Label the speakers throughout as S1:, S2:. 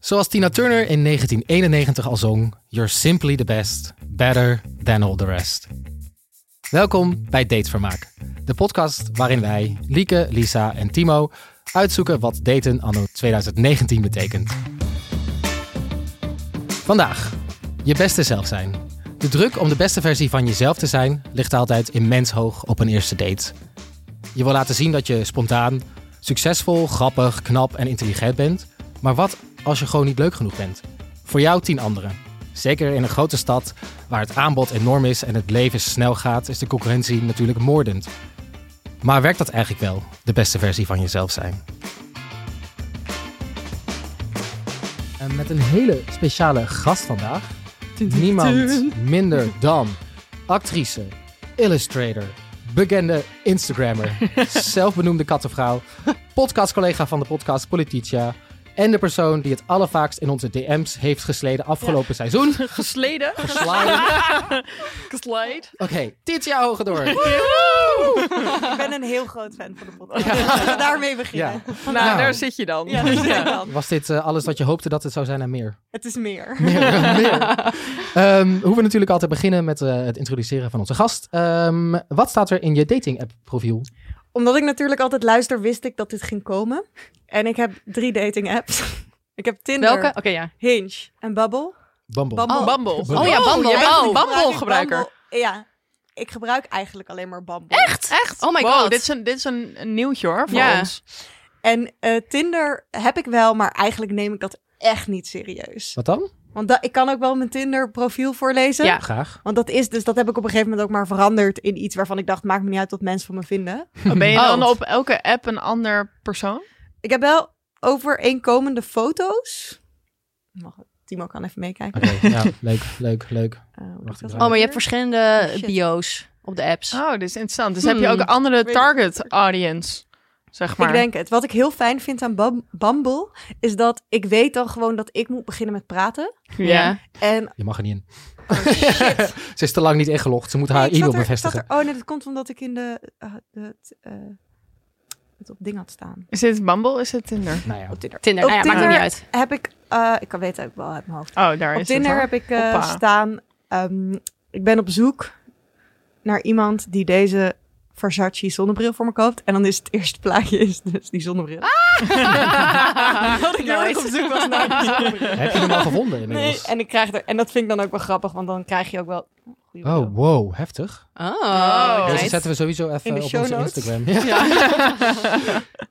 S1: Zoals Tina Turner in 1991 al zong: You're simply the best, better than all the rest. Welkom bij Datevermaak, de podcast waarin wij, Lieke, Lisa en Timo, uitzoeken wat daten anno 2019 betekent. Vandaag, je beste zelf zijn. De druk om de beste versie van jezelf te zijn ligt altijd immens hoog op een eerste date. Je wil laten zien dat je spontaan, succesvol, grappig, knap en intelligent bent. Maar wat als je gewoon niet leuk genoeg bent? Voor jou tien anderen. Zeker in een grote stad waar het aanbod enorm is en het leven snel gaat, is de concurrentie natuurlijk moordend. Maar werkt dat eigenlijk wel, de beste versie van jezelf zijn? En met een hele speciale gast vandaag. Niemand minder dan actrice, illustrator, bekende Instagrammer, zelfbenoemde kattenvrouw, podcastcollega van de podcast Polititia en de persoon die het allervaakst in onze DM's heeft gesleden afgelopen seizoen.
S2: Gesleden.
S1: Slide.
S2: Geslide.
S1: Oké, Titia Hogedoor.
S3: Ik ben een heel groot fan van de podcast. Laten we daarmee beginnen. Ja.
S2: Nou,
S1: Nou.
S2: daar zit je dan.
S3: dat is het dan.
S1: Was dit eh, alles wat je hoopte dat het zou zijn en meer?
S3: Het is meer.
S1: Ehm, hoe we natuurlijk altijd beginnen met eh, het introduceren van onze gast. Ehm, wat staat er in je dating app profiel?
S3: Omdat ik natuurlijk altijd luister, wist ik dat dit ging komen. En ik heb drie dating apps. Ik heb Tinder,
S4: Welke? Oké, ja.
S3: Hinge en Bubble.
S1: Bumble.
S3: Bumble.
S4: Oh.
S2: Bumble.
S1: Bumble.
S4: Oh ja, Bumble.
S2: Je bent
S4: Oh.
S2: een Bumble gebruiker.
S3: gebruiker. Ja, ik gebruik eigenlijk alleen maar Bumble.
S4: Echt? Echt? Oh my
S2: Wow,
S4: god.
S2: dit is een, dit is een, een nieuwtje hoor voor
S4: Ja.
S2: ons.
S3: En eh, Tinder heb ik wel, maar eigenlijk neem ik dat echt niet serieus.
S1: Wat dan?
S3: Want da- ik kan ook wel mijn Tinder profiel voorlezen.
S4: Ja.
S1: Graag.
S3: Want dat is dus, dat heb ik op een gegeven moment ook maar veranderd in iets waarvan ik dacht, maakt me niet uit wat mensen van me vinden.
S2: Ben je
S4: Oh.
S2: dan op elke app een ander persoon?
S3: Ik heb wel overeenkomende foto's. Mag- Timo kan even meekijken.
S1: Oké, ja, leuk, leuk, leuk.
S3: Eh, hoe
S1: Ah, Wacht,
S3: doe ik
S1: ik
S3: dat
S1: draai.
S4: Oh, maar je hebt
S3: weer?
S4: eh, verschillende
S3: Oh, shit.
S4: bio's op de apps.
S2: Oh, dit is interessant. Dus heb
S4: Hmm.
S2: je ook een andere
S3: Weet-
S2: target audience, zeg maar.
S3: Ik denk het. Wat ik heel fijn vind aan Bum- Bumble is dat ik weet dan gewoon dat ik moet beginnen met praten.
S2: Ja.
S3: En
S1: Je mag er niet in.
S3: Oh, shit.
S1: Ze is te lang niet ingelogd. Ze moet haar
S3: Nee, ik zat
S1: e-mail
S3: er- ik zat
S1: bevestigen.
S3: er- oh nee, dat komt omdat ik in de, eh, het, eh, het op ding had staan.
S2: Is dit Bumble? Is dit Tinder?
S1: Nou ja.
S3: Op Tinder.
S4: Tinder.
S3: Op
S4: nou ja, maakt
S3: Tinder
S4: ook niet uit.
S3: Heb ik, eh, ik kan weten ook wel uit mijn hoofd.
S2: Oh, daar
S3: Op
S2: is
S3: Tinder
S2: het.
S3: heb ik eh,
S2: Hoppa.
S3: staan. ehm, ik ben op zoek naar iemand die deze Versace zonnebril voor me koopt. En dan is het eerste plaatje is dus die zonnebril. dat ik heel erg op zoek was naar die zonnebril.
S1: Heb je hem al gevonden
S3: Nee,
S1: inmiddels?
S3: en, ik krijg er, en dat vind ik dan ook wel grappig, want dan krijg je ook wel... goeie bril.
S1: Oh, wow, heftig.
S4: Oh,
S2: Oh,
S1: Deze
S2: nice.
S1: zetten we sowieso even
S3: In de
S1: op
S3: show
S1: onze
S3: notes.
S1: Instagram. Ja.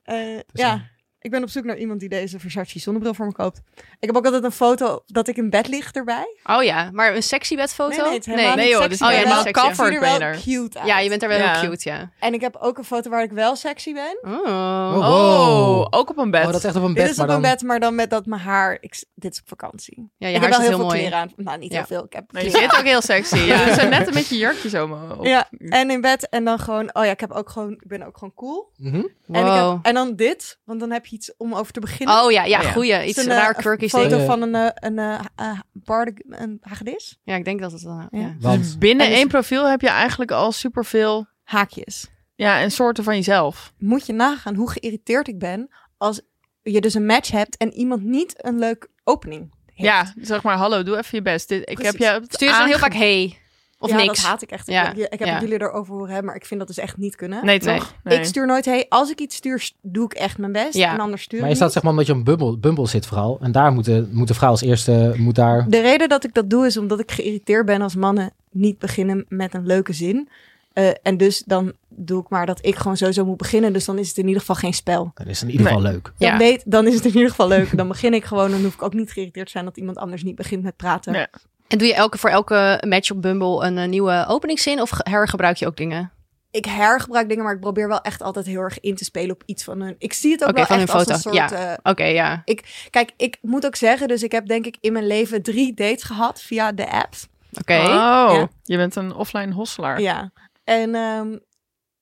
S3: Eh, ja, ik ben op zoek naar iemand die deze Versace zonnebril voor me koopt. Ik heb ook altijd een foto dat ik in bed lig erbij.
S4: Oh ja, maar een sexy bedfoto?
S3: Nee, nee, het is helemaal
S4: nee. Oh,
S2: Nee, joh, dit is
S3: niet sexy,
S4: maar wel
S2: helemaal
S4: sexy.
S3: Ik zie
S2: covered
S3: er
S2: ben je
S3: wel
S2: er.
S3: cute uit.
S4: Ja, je bent daar wel
S2: Ja.
S4: heel cute, ja.
S3: En ik heb ook een foto waar ik wel sexy ben.
S4: Oh.
S1: Oh,
S2: Oh,
S1: wow.
S2: ook op een bed.
S1: Oh, dat is echt op een bed.
S3: Dit is op
S1: maar dan...
S3: een bed, maar dan met dat mijn haar. Ik, dit is op vakantie.
S4: Ja, je
S3: ik
S4: haar
S3: heb wel heel
S4: zit heel
S3: veel
S4: mooi.
S3: kleren aan. Nou, niet
S4: Ja.
S3: heel veel. Ik heb
S2: Nee, je
S3: kleren
S2: zit ook heel sexy. Ja, we zijn net een beetje jurkjes om. op.
S3: aan. Ja, en in bed en dan gewoon. Oh ja, ik heb ook gewoon. Ik ben ook gewoon cool.
S1: Mhm.
S3: En, ik
S4: Wow.
S3: heb, en dan dit, want dan heb je iets om over te beginnen.
S4: Oh ja, ja,
S2: Oh, ja.
S4: goeie. Iets
S3: Het is een,
S4: raar
S3: eh,
S4: quirky
S3: foto
S1: ding.
S3: van een, eh, een, eh, eh, barde- een hagedis.
S4: Ja, ik denk dat het dan... Ja.
S3: Ja.
S1: Want,
S2: Binnen
S3: En is-
S2: één profiel heb je eigenlijk al superveel
S3: Haakjes.
S2: ja, en soorten van jezelf.
S3: Moet je nagaan hoe geïrriteerd ik ben als je dus een match hebt en iemand niet een leuk opening heeft.
S2: Ja, zeg maar, hallo, doe even je best. Dit, ik heb
S3: Precies.
S2: je op het
S4: Stuur ze dan heel
S2: aange-
S4: vaak hey. Of
S3: Ja,
S4: niks.
S3: dat haat ik echt. Ik-
S4: Ja,
S3: Ik, ik heb
S4: ja.
S3: het jullie erover horen hebben, maar ik vind dat dus echt niet kunnen.
S2: Nee, toch? Nee.
S3: Ik stuur nooit, hey, als ik iets stuur, st- doe ik echt mijn best.
S4: Ja.
S3: En anders stuur ik
S1: maar is dat
S3: niet.
S1: zeg maar omdat je op een bumble, bumble zit vooral? En daar moet de, moet de vrouw als eerste... Moet daar...
S3: De reden dat ik dat doe is omdat ik geïrriteerd ben als mannen niet beginnen met een leuke zin. Eh, en dus dan doe ik maar dat ik gewoon sowieso moet beginnen. Dus dan is het in ieder geval geen spel.
S1: Dat is in ieder geval
S2: Nee.
S1: leuk.
S3: Dan,
S4: Ja.
S3: weet, dan is het in ieder geval leuk. Dan begin ik gewoon. Dan hoef ik ook niet geïrriteerd te zijn dat iemand anders niet begint met praten.
S2: Nee.
S4: En doe je elke, voor elke match op Bumble een eh, nieuwe openingszin? Of ge- hergebruik je ook dingen?
S3: Ik hergebruik dingen, maar ik probeer wel echt altijd heel erg in te spelen op iets van hun. Ik zie het ook
S4: Oké,
S3: wel
S4: van
S3: echt
S4: hun
S3: als een
S4: foto.
S3: soort... eh,
S4: Oké, ja.
S3: Kijk, ik moet ook zeggen, dus ik heb denk ik in mijn leven drie dates gehad via de app.
S4: Oké.
S2: Oh,
S3: Ja.
S2: je bent een offline hosselaar.
S3: Ja. En ehm,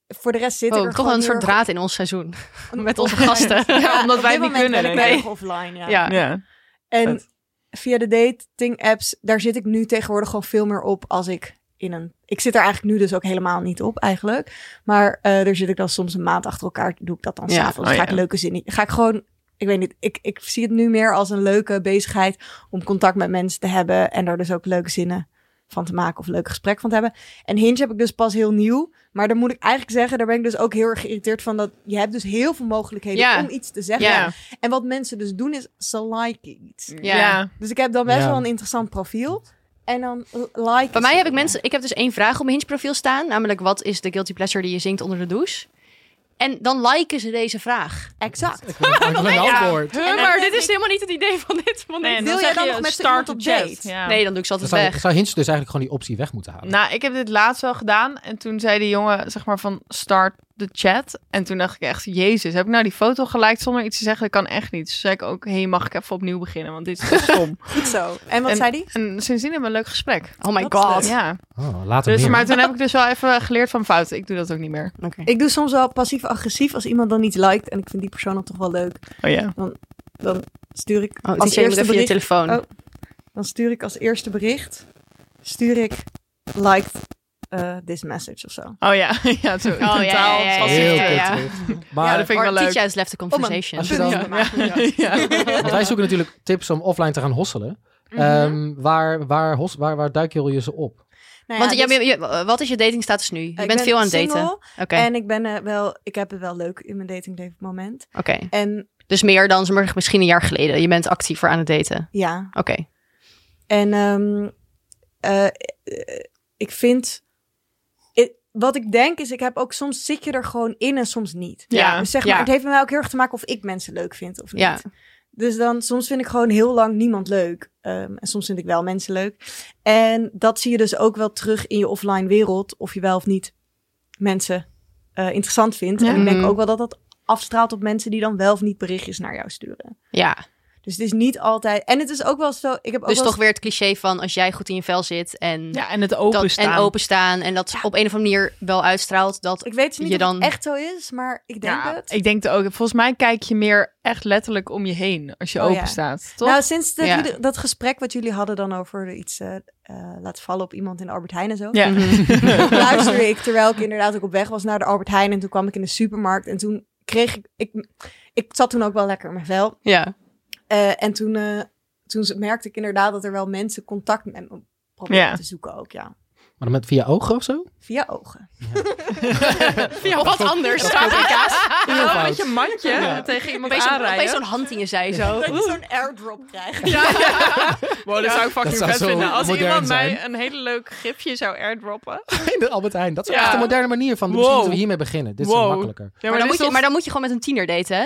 S3: voor de rest zit ik
S4: Wow,
S3: er
S4: Oh, toch wel
S3: gewoon
S4: een soort
S3: heel erg
S4: draad in ons seizoen.
S3: op-
S4: met onze
S3: online.
S4: gasten.
S2: Ja, omdat
S3: op
S2: wij
S3: dit
S2: niet
S3: moment
S2: kunnen,
S3: ben ik
S2: nee.
S3: heel erg offline, ja.
S4: Ja.
S2: Ja.
S3: En
S2: vet.
S3: via de dating apps, daar zit ik nu tegenwoordig gewoon veel meer op als ik in een... Ik zit er eigenlijk nu dus ook helemaal niet op eigenlijk. Maar eh, daar zit ik dan soms een maand achter elkaar, doe ik dat dan
S4: Ja,
S3: s'avonds.
S2: oh
S3: ga
S2: ja.
S3: ik leuke zinnen... Ga ik gewoon ik weet niet, ik, ik zie het nu meer als een leuke bezigheid om contact met mensen te hebben en daar dus ook leuke zinnen van te maken of een leuk gesprek van te hebben. En Hinge heb ik dus pas heel nieuw, maar dan moet ik eigenlijk zeggen, daar ben ik dus ook heel erg geïrriteerd van dat je hebt dus heel veel mogelijkheden
S4: Ja.
S3: om iets te zeggen.
S2: Ja.
S3: En wat mensen dus doen is ze liken iets.
S4: Mm.
S2: Ja.
S3: Dus ik heb dan best
S1: Ja.
S3: wel een interessant profiel en dan like.
S4: Bij mij heb ik mensen, ik heb dus één vraag op mijn Hinge profiel staan, namelijk wat is de guilty pleasure die je zingt onder de douche? En dan liken ze deze vraag.
S3: exact.
S1: Ik wil, ik wil een
S4: Ja.
S1: antwoord.
S4: Huh,
S2: En dan
S4: maar
S2: zeg
S4: dit is
S2: ik-
S4: helemaal niet het idee van dit. Van dit.
S2: en
S3: Wil jij
S2: zeg
S3: dan
S2: je
S3: nog met z'n
S2: start
S3: iemand
S2: a
S3: op
S2: jet.
S3: date?
S2: Ja.
S4: Nee, dan doe ik ze
S1: Dan
S4: altijd
S1: zou,
S4: weg.
S1: zou Hinge dus eigenlijk gewoon die optie weg moeten halen.
S2: Nou, ik heb dit laatst wel gedaan. En toen zei die jongen, zeg maar, van start de chat. En toen dacht ik echt, jezus, heb ik nou die foto geliked zonder iets te zeggen? Dat kan echt niet. Dus zei ik ook, hé, hey, mag ik even opnieuw beginnen? Want dit is te stom.
S3: Goed zo. En wat
S2: En-
S3: zei die?
S2: en sindsdien hebben we een leuk gesprek.
S4: Oh my
S3: Dat is
S4: god.
S3: leuk.
S2: Ja,
S1: oh, later
S2: dus,
S1: meer.
S2: maar toen heb ik dus wel even geleerd van fouten. Ik doe dat ook niet meer.
S4: Oké.
S3: Ik doe soms wel passief-agressief als iemand dan niet liked en ik vind die persoon dan toch wel leuk.
S2: Oh ja.
S3: Dan stuur ik als
S4: Oh, DJ moet
S3: eerste
S4: even je
S3: bericht.
S4: telefoon.
S3: Oh. Dan stuur ik als eerste bericht. Stuur ik liked eh, this message of zo.
S2: Oh ja, ja, zo,
S4: ja,
S2: totaal.
S4: ja, ja, ja.
S2: passief.
S1: Heel
S4: Ja,
S1: kut
S4: ja.
S1: terug.
S2: Ja,
S1: Maar
S2: dat vind ik wel
S4: Or
S2: leuk.
S4: teacher has left the conversation.
S1: Als je
S3: Punt
S1: dan-
S3: te maken.
S1: Want wij zoeken natuurlijk tips om offline te gaan hosselen.
S2: Mhm.
S1: Ehm, waar, waar, hos, waar, waar duikel je ze op?
S3: Nou
S4: Want
S3: ja,
S4: ja,
S3: dus,
S4: maar je- wat is je datingstatus nu? Je
S3: eh, ik
S4: bent
S3: ben
S4: veel aan het daten.
S3: single
S4: Oké,
S3: En ik ben eh, wel, ik heb het wel leuk in mijn datingleven op het moment.
S4: oké.
S3: En
S4: Dus meer dan zeg maar, misschien een jaar geleden. Je bent actiever aan het daten.
S3: ja,
S4: Oké.
S3: en ehm, eh, eh, ik vind, ik- wat ik denk is, ik heb ook soms zit je er gewoon in en soms niet.
S2: Ja,
S3: Dus zeg maar,
S4: ja.
S3: het heeft met mij ook heel erg te maken of ik mensen leuk vind of niet.
S4: Ja.
S3: Dus dan, soms vind ik gewoon heel lang niemand leuk. Ehm, en soms vind ik wel mensen leuk. En dat zie je dus ook wel terug in je offline wereld. Of je wel of niet mensen eh, interessant vindt.
S2: Ja.
S3: En ik denk
S4: Mhm.
S3: ook wel dat dat afstraalt op mensen die dan wel of niet berichtjes naar jou sturen.
S4: Ja,
S3: Dus het is niet altijd... En het is ook wel zo... Ik heb ook
S4: dus
S3: wel
S4: toch
S3: eens-
S4: weer het cliché van als jij goed in je vel zit en,
S2: Ja, en het
S4: dat,
S2: openstaan.
S4: en openstaan en dat op een of andere manier wel uitstraalt dat...
S3: Ik weet niet
S4: je
S3: of
S4: dan-
S3: het echt zo is, maar ik denk
S2: Ja,
S3: het.
S2: ik denk het ook. Volgens mij kijk je meer echt letterlijk om je heen als je
S3: Oh ja.
S2: open staat. Toch?
S3: Nou, sinds dat,
S4: Ja.
S3: jullie- dat gesprek wat jullie hadden dan over iets eh, eh, laten vallen op iemand in Albert Heijn en zo.
S2: ja. Mhm.
S3: luisterde ik terwijl ik inderdaad ook op weg was naar de Albert Heijn. En toen kwam ik in de supermarkt. En toen kreeg ik... Ik, ik zat toen ook wel lekker in mijn vel.
S4: Ja.
S3: Eh, en toen, eh, toen z- merkte ik inderdaad dat er wel mensen contact met me probeerden
S2: Ja.
S3: te zoeken ook. Ja.
S1: Maar dan met via ogen of zo?
S3: Via ogen.
S4: of wat anders. Paprika's.
S2: Ja, met je mandje
S1: Ja.
S2: tegen iemand
S4: Opeens zo'n-
S2: aanrijden.
S4: opeens zo'n hand in je zij zo.
S3: Dat je zo'n airdrop krijgt.
S2: Wow, dat zou ik fucking
S1: Dat zou
S2: vet
S1: zo
S2: vinden. Als
S1: modern
S2: iemand
S1: zijn.
S2: mij een hele leuk gifje zou airdroppen.
S1: In de Albert Heijn. Dat is
S2: Ja.
S1: echt een moderne manier van. Misschien
S2: Wow.
S1: moeten we hiermee beginnen. Dit is
S2: Wow.
S3: Oh,
S1: makkelijker.
S2: Ja,
S4: maar, dan
S2: dit
S4: moet
S2: is
S4: je,
S2: toch
S4: maar dan moet je gewoon met een tiener daten, hè?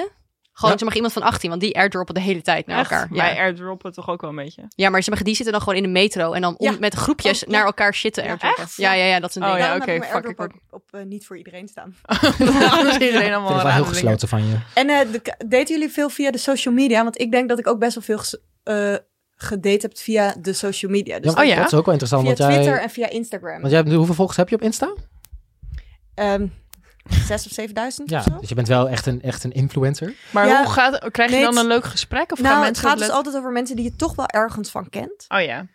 S4: Gewoon
S1: Ja.
S4: zeg maar iemand van 18, want die airdroppen de hele tijd naar
S2: echt-
S4: elkaar.
S2: Wij
S4: Ja.
S2: airdroppen toch ook wel een beetje.
S4: ja, maar zeg maar, die zitten dan gewoon in de metro en dan om,
S3: Ja.
S4: met groepjes
S3: Oh, ja.
S4: naar elkaar shitten
S3: Ja,
S4: airdroppen.
S3: echt?
S4: Ja, ja, ja, dat is een
S2: Oh,
S4: ding.
S2: ja.
S3: Daarom heb
S2: oké,
S3: ik mijn
S2: fuck,
S3: airdrop
S2: ik
S3: ook op eh, niet voor iedereen staan.
S2: Anders iedereen
S1: Ik vind
S3: nou,
S1: het
S2: allemaal
S1: wel heel
S2: rare dingen.
S1: gesloten van je.
S3: En eh, de- deden jullie veel via de social media? Want ik denk dat ik ook best wel veel ges- eh, gedate heb via de social media. Dus
S1: Ja, maar
S2: Oh ja.
S1: Dat is ook wel interessant.
S3: via
S1: Want jij,
S3: Twitter en via Instagram.
S1: want jij, hebt- hoeveel volgers heb je op Insta?
S3: Ehm, Zes of zevenduizend
S1: Ja,
S3: of zo.
S1: dus je bent wel echt een, echt een influencer.
S2: Maar
S3: Ja.
S2: hoe gaat, krijg je
S3: Nee,
S2: dan
S3: het-
S2: een leuk gesprek? Of gaan
S3: nou, het
S2: mensen
S3: gaat
S2: dat
S3: dus altijd over mensen die je toch wel ergens van kent.
S2: let- Oh ja.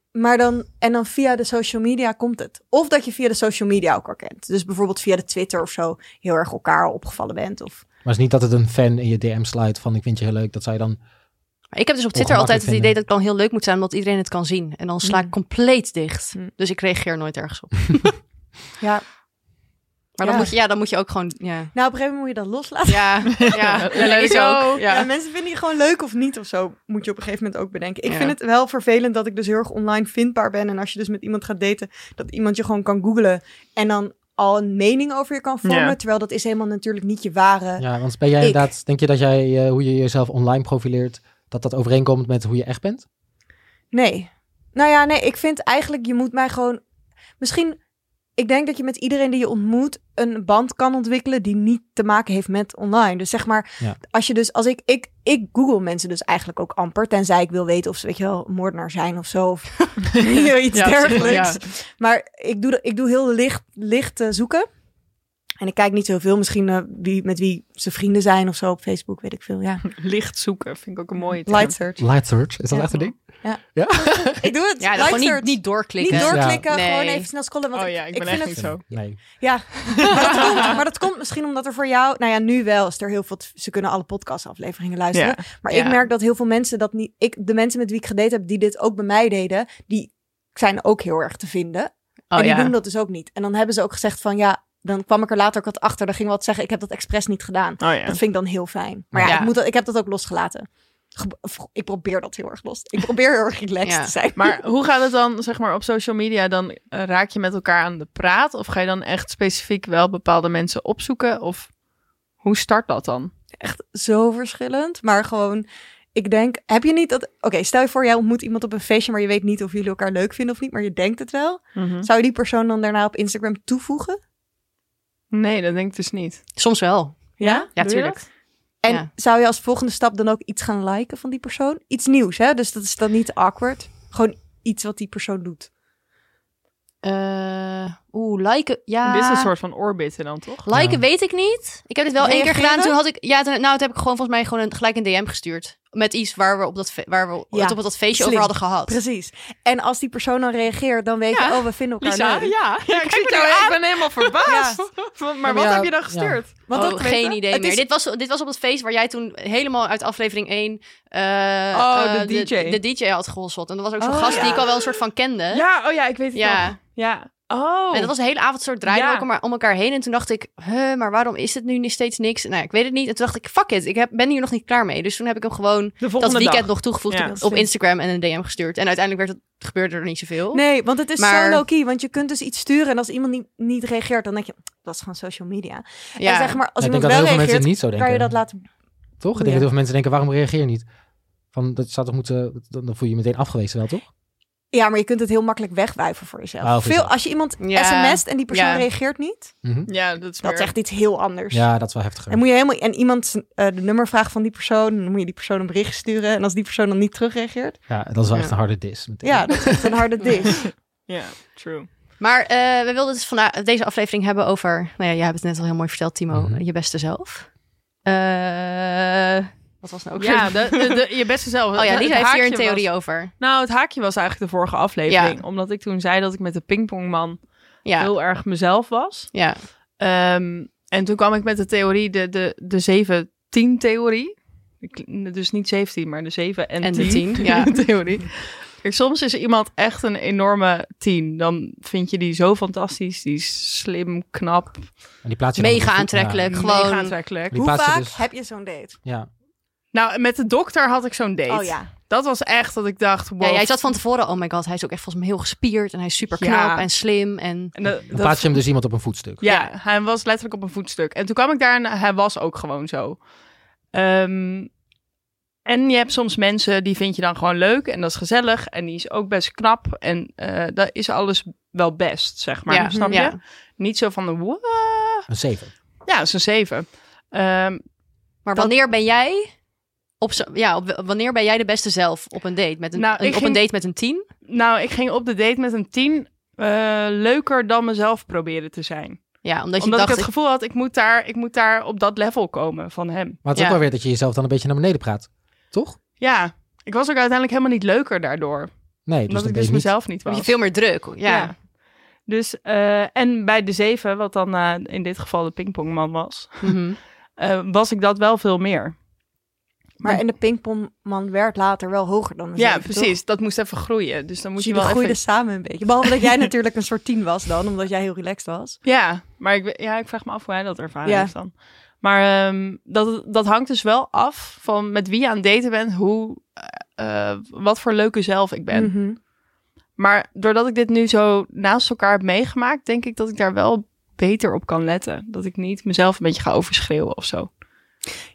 S3: Maar dan, en dan via de social media komt het. Of dat je via de social media elkaar kent. Dus bijvoorbeeld via de Twitter of zo heel erg elkaar opgevallen bent. Of,
S1: Maar het is niet dat het een fan in je DM sluit van ik vind je heel leuk. Dat zij dan...
S4: Maar ik heb dus op Twitter altijd het idee
S1: Ongemakkelijk
S4: dat ik dan heel leuk moet zijn, omdat iedereen het kan zien. En dan sla ik
S3: Mm.
S4: compleet dicht.
S3: Mm.
S4: Dus ik reageer nooit ergens op.
S3: ja.
S4: Maar dan,
S3: Ja.
S4: Moet, je, ja, dan moet je ook gewoon. Ja,
S3: Nou, op een gegeven moment moet je dat loslaten.
S4: ja, ja.
S2: Ja, dat is
S4: ik
S2: ook.
S4: ook. Ja.
S3: Ja, mensen vinden je gewoon leuk of niet of zo. Moet je op een gegeven moment ook bedenken. Ik
S4: Ja.
S3: vind het wel vervelend dat ik dus heel erg online vindbaar ben. En als je dus met iemand gaat daten, dat iemand je gewoon kan googlen. En dan al een mening over je kan vormen.
S2: Ja.
S3: Terwijl dat is helemaal natuurlijk niet je ware.
S1: Ja, want ben jij
S3: Eh, Ik.
S1: inderdaad... Denk je dat jij, eh, hoe je jezelf online profileert, dat dat overeenkomt met hoe je echt bent?
S3: Nee. Nou ja, nee, ik vind eigenlijk, je moet mij gewoon. Misschien, ik denk dat je met iedereen die je ontmoet een band kan ontwikkelen die niet te maken heeft met online. Dus zeg maar,
S1: Ja.
S3: als je dus, als ik, ik, ik google mensen dus eigenlijk ook amper, tenzij ik wil weten of ze, weet je wel, moordenaar zijn of zo, of iets
S4: Ja,
S3: dergelijks.
S4: ja.
S3: Maar ik doe, dat- ik doe heel licht, licht eh, zoeken. En ik kijk niet zoveel. Misschien eh, wie, met wie ze vrienden zijn of zo op Facebook, weet ik veel. Ja.
S2: Licht zoeken vind ik ook een mooie term.
S3: Light search.
S1: Light search, is dat
S3: Ja.
S1: echt een ding?
S3: Ik doe het.
S4: Ja,
S3: Light
S4: dat gewoon
S3: search.
S4: niet, niet
S3: Niet
S4: doorklikken.
S3: doorklikken,
S4: Ja.
S3: gewoon
S4: Nee.
S3: even snel scrollen. Want
S2: Oh ja, ik ben
S3: vind
S2: echt
S3: het,
S2: niet zo.
S1: Nee.
S3: Ja, maar dat, komt, maar dat komt misschien omdat er voor jou... Nou ja, nu wel is er heel veel... Ze kunnen alle podcastafleveringen luisteren.
S2: Ja.
S3: Maar
S2: Ja.
S3: ik merk dat heel veel mensen dat niet... Ik, de mensen met wie ik gedate heb, die dit ook bij mij deden... die zijn ook heel erg te vinden.
S2: Oh
S3: en die
S2: ja.
S3: doen dat dus ook niet. En dan hebben ze ook gezegd van... ja, dan kwam ik er later ook wat achter. Dan ging wat zeggen, ik heb dat expres niet gedaan.
S2: Oh ja.
S3: Dat vind ik dan heel fijn. Maar ja,
S2: Ja.
S3: Ik, moet dat, ik heb dat ook losgelaten. Ge- of Ik probeer dat heel erg los. Ik probeer heel erg relaxed
S4: Ja.
S3: te zijn.
S2: Maar hoe gaat het dan, zeg maar, op social media? Dan eh, raak je met elkaar aan de praat? Of ga je dan echt specifiek wel bepaalde mensen opzoeken? Of hoe start dat dan?
S3: echt zo verschillend. Maar gewoon, ik denk, heb je niet dat... Oké, stel je voor, jij ontmoet iemand op een feestje... maar je weet niet of jullie elkaar leuk vinden of niet, maar je denkt het wel.
S4: Hm.
S3: Zou je die persoon dan daarna op Instagram toevoegen?
S2: Nee, dat denk ik dus niet.
S4: Soms wel.
S3: Ja?
S2: Doe
S4: Ja,
S2: je
S4: tuurlijk.
S3: En
S4: Ja.
S3: zou je als volgende stap dan ook iets gaan liken van die persoon? Iets nieuws, hè? Dus dat is dan niet awkward. Gewoon iets wat die persoon doet.
S4: Eh, Oeh, liken. Ja.
S2: Dit is een soort van orbiten dan, toch?
S4: Liken
S1: Ja.
S4: weet ik niet. Ik heb dit wel één keer
S3: Reageren?
S4: gedaan. Toen had ik, ja, toen- nou, toen heb ik gewoon volgens mij gewoon een, gelijk een DM gestuurd. Met iets waar we op dat, fe- waar we
S3: Ja.
S4: het op dat feestje
S3: Slim.
S4: over hadden gehad.
S3: Precies. En als die persoon dan reageert, dan weet je,
S4: Ja.
S3: oh, we vinden elkaar leuk.
S2: ja. ik, zit
S4: jou
S2: jou, ik ben helemaal verbaasd. Maar, wat
S1: ja,
S2: heb je dan
S1: ja.
S2: gestuurd?
S3: Want
S4: oh,
S3: dat-
S4: geen idee
S3: het
S4: meer.
S3: is-
S4: Dit, was, dit was op het feest waar jij toen helemaal uit aflevering 1
S2: Oh, de DJ.
S4: de, DJ had geholzot. En dat was ook zo'n
S3: Oh,
S4: gast
S3: ja.
S4: die ik al wel een soort van kende.
S2: Ja. oh ja, ik weet het
S4: Ja.
S2: nog. Ja. Oh.
S4: En dat was de hele avond een soort draaien
S2: Ja.
S4: we ook maar om elkaar heen. En toen dacht ik, huh, maar waarom is het nu niet steeds niks? Nou, ik weet het niet. En toen dacht ik, fuck it, ik heb, ben hier nog niet klaar mee. Dus toen heb ik hem gewoon
S2: de volgende
S4: dat weekend
S2: dag.
S4: nog toegevoegd
S2: Ja.
S4: op- op Instagram en een DM gestuurd. En uiteindelijk werd het, gebeurde er niet zoveel.
S3: Nee, want het is
S4: Maar-
S3: zo low-key. Want je kunt dus iets sturen en als iemand niet, niet reageert, dan denk je, dat is gewoon social media.
S4: ja.
S3: En zeg maar, als
S1: ik denk
S3: iemand
S1: dat heel
S3: wel
S1: veel mensen
S3: reageert,
S1: niet zo denken.
S3: kan je dat laten...
S1: Toch? Ik denk dat
S3: Ja.
S1: heel veel mensen denken, waarom reageer je niet? Van, dat zou toch moeten, dan dan voel je je meteen afgewezen wel, toch?
S3: Ja, maar je kunt het heel makkelijk wegwuiven voor jezelf.
S1: Oh, voor
S3: Veel,
S1: jezelf.
S3: Als je iemand
S4: Ja.
S3: sms't en die persoon
S4: Ja.
S3: reageert niet,
S1: Mhm.
S2: Ja, dat is
S3: dat
S2: meer-
S3: is echt iets heel anders.
S1: Ja, dat is wel heftiger.
S3: Dus- En moet je helemaal en iemand eh, de nummer vragen van die persoon, dan moet je die persoon een bericht sturen. En als die persoon dan niet terugreageert,
S1: Ja, dat is wel echt
S4: Ja.
S1: een harde dis. meteen.
S3: ja, dat is echt een harde dis.
S2: Ja, true.
S4: Maar eh, we wilden dus vandaag deze aflevering hebben over... Nou ja, jij hebt het net al heel mooi verteld, Timo.
S1: Mhm.
S4: Je beste zelf. Eh, wat was nou ook
S2: Ja,
S4: weer?
S2: de, de, de- je beste zelf.
S4: Oh ja,
S2: Het-
S4: Lisa
S2: het
S4: heeft hier een
S2: haakje was-
S4: theorie over.
S2: Nou, het haakje was eigenlijk de vorige aflevering. Omdat ik toen zei dat ik met de pingpongman
S4: Ja,
S2: heel erg mezelf was.
S4: ja.
S2: Ehm, en toen kwam ik met de theorie, de, de, de 7-10 theorie. Ik- Dus niet 17, maar de 7 en,
S4: En de 10, ja.
S2: ja. theorie. Kijk, soms is iemand echt een enorme 10. Dan vind je die zo fantastisch, die is slim, knap,
S1: En die plaats je dan op
S4: mega
S1: de voet-
S4: aantrekkelijk.
S1: Ja.
S4: Gewoon.
S2: mega aantrekkelijk.
S1: Die
S3: Hoe
S1: plaatsen
S3: vaak
S1: dus-
S3: heb je zo'n date?
S1: Ja.
S2: Nou, met de dokter had ik zo'n date.
S3: Oh ja.
S2: Dat was echt dat ik dacht, wow.
S4: Ja, jij zat van tevoren, oh my god, hij is ook echt volgens mij heel gespierd en hij is super knap
S2: Ja.
S4: en slim. En
S2: En dat-
S1: Dan
S2: dat
S1: plaats je hem dus iemand op een voetstuk.
S2: Ja, hij was letterlijk op een voetstuk. En toen kwam ik daar en hij was ook gewoon zo. Ehm, en je hebt soms mensen die vind je dan gewoon leuk en dat is gezellig en die is ook best knap en eh dat is alles wel best, zeg maar.
S4: ja,
S2: Snap je?
S4: ja.
S2: Niet zo van de woe.
S1: Een zeven.
S2: Ja, dat is een zeven. Ehm,
S4: Maar
S2: Dat-
S4: wanneer ben jij op zo- ja, op, wanneer ben jij de beste zelf op een date met een,
S2: Nou,
S4: een-
S2: ik
S4: op een
S2: ging-
S4: date met een tien?
S2: nou, ik ging op de date met een tien eh, leuker dan mezelf proberen te zijn.
S4: Ja, omdat je
S2: Omdat ik
S4: dacht
S2: het gevoel had, ik moet, daar, ik moet daar op dat level komen van hem.
S1: Maar het is ook
S4: Ja.
S1: wel weer dat je jezelf dan een beetje naar beneden praat. Toch?
S2: Ja, ik was ook uiteindelijk helemaal niet leuker daardoor.
S1: Nee, dus
S2: Omdat
S1: dan ben
S2: ik
S1: je
S2: dus
S1: niet...
S2: mezelf niet
S4: heb
S2: was.
S4: je veel meer druk. Ja.
S2: Ja. Dus, eh, en bij de zeven, wat dan eh, in dit geval de pingpongman was,
S4: Mhm.
S2: eh, was ik dat wel veel meer.
S3: Maar en de pingpongman werd later wel hoger dan een
S2: ja,
S3: zeven, toch?
S2: precies. Dat moest even groeien. Dus dan moet
S3: Dus
S2: je
S3: jullie
S2: wel
S3: groeiden
S2: even...
S3: samen een beetje. Behalve dat jij natuurlijk een soort tien was dan, omdat jij heel relaxed was.
S1: dus-
S2: Ja, maar ik, we- ja, ik vraag me af hoe hij dat ervaren
S3: Ja.
S2: heeft dan. Maar ehm, dat, dat hangt dus wel af van met wie je aan het daten bent, hoe, eh, eh, wat voor leuke zelf ik ben.
S3: Mhm.
S2: Maar doordat ik dit nu zo naast elkaar heb meegemaakt, denk ik dat ik daar wel beter op kan letten. Dat ik niet mezelf een beetje ga overschreeuwen of zo.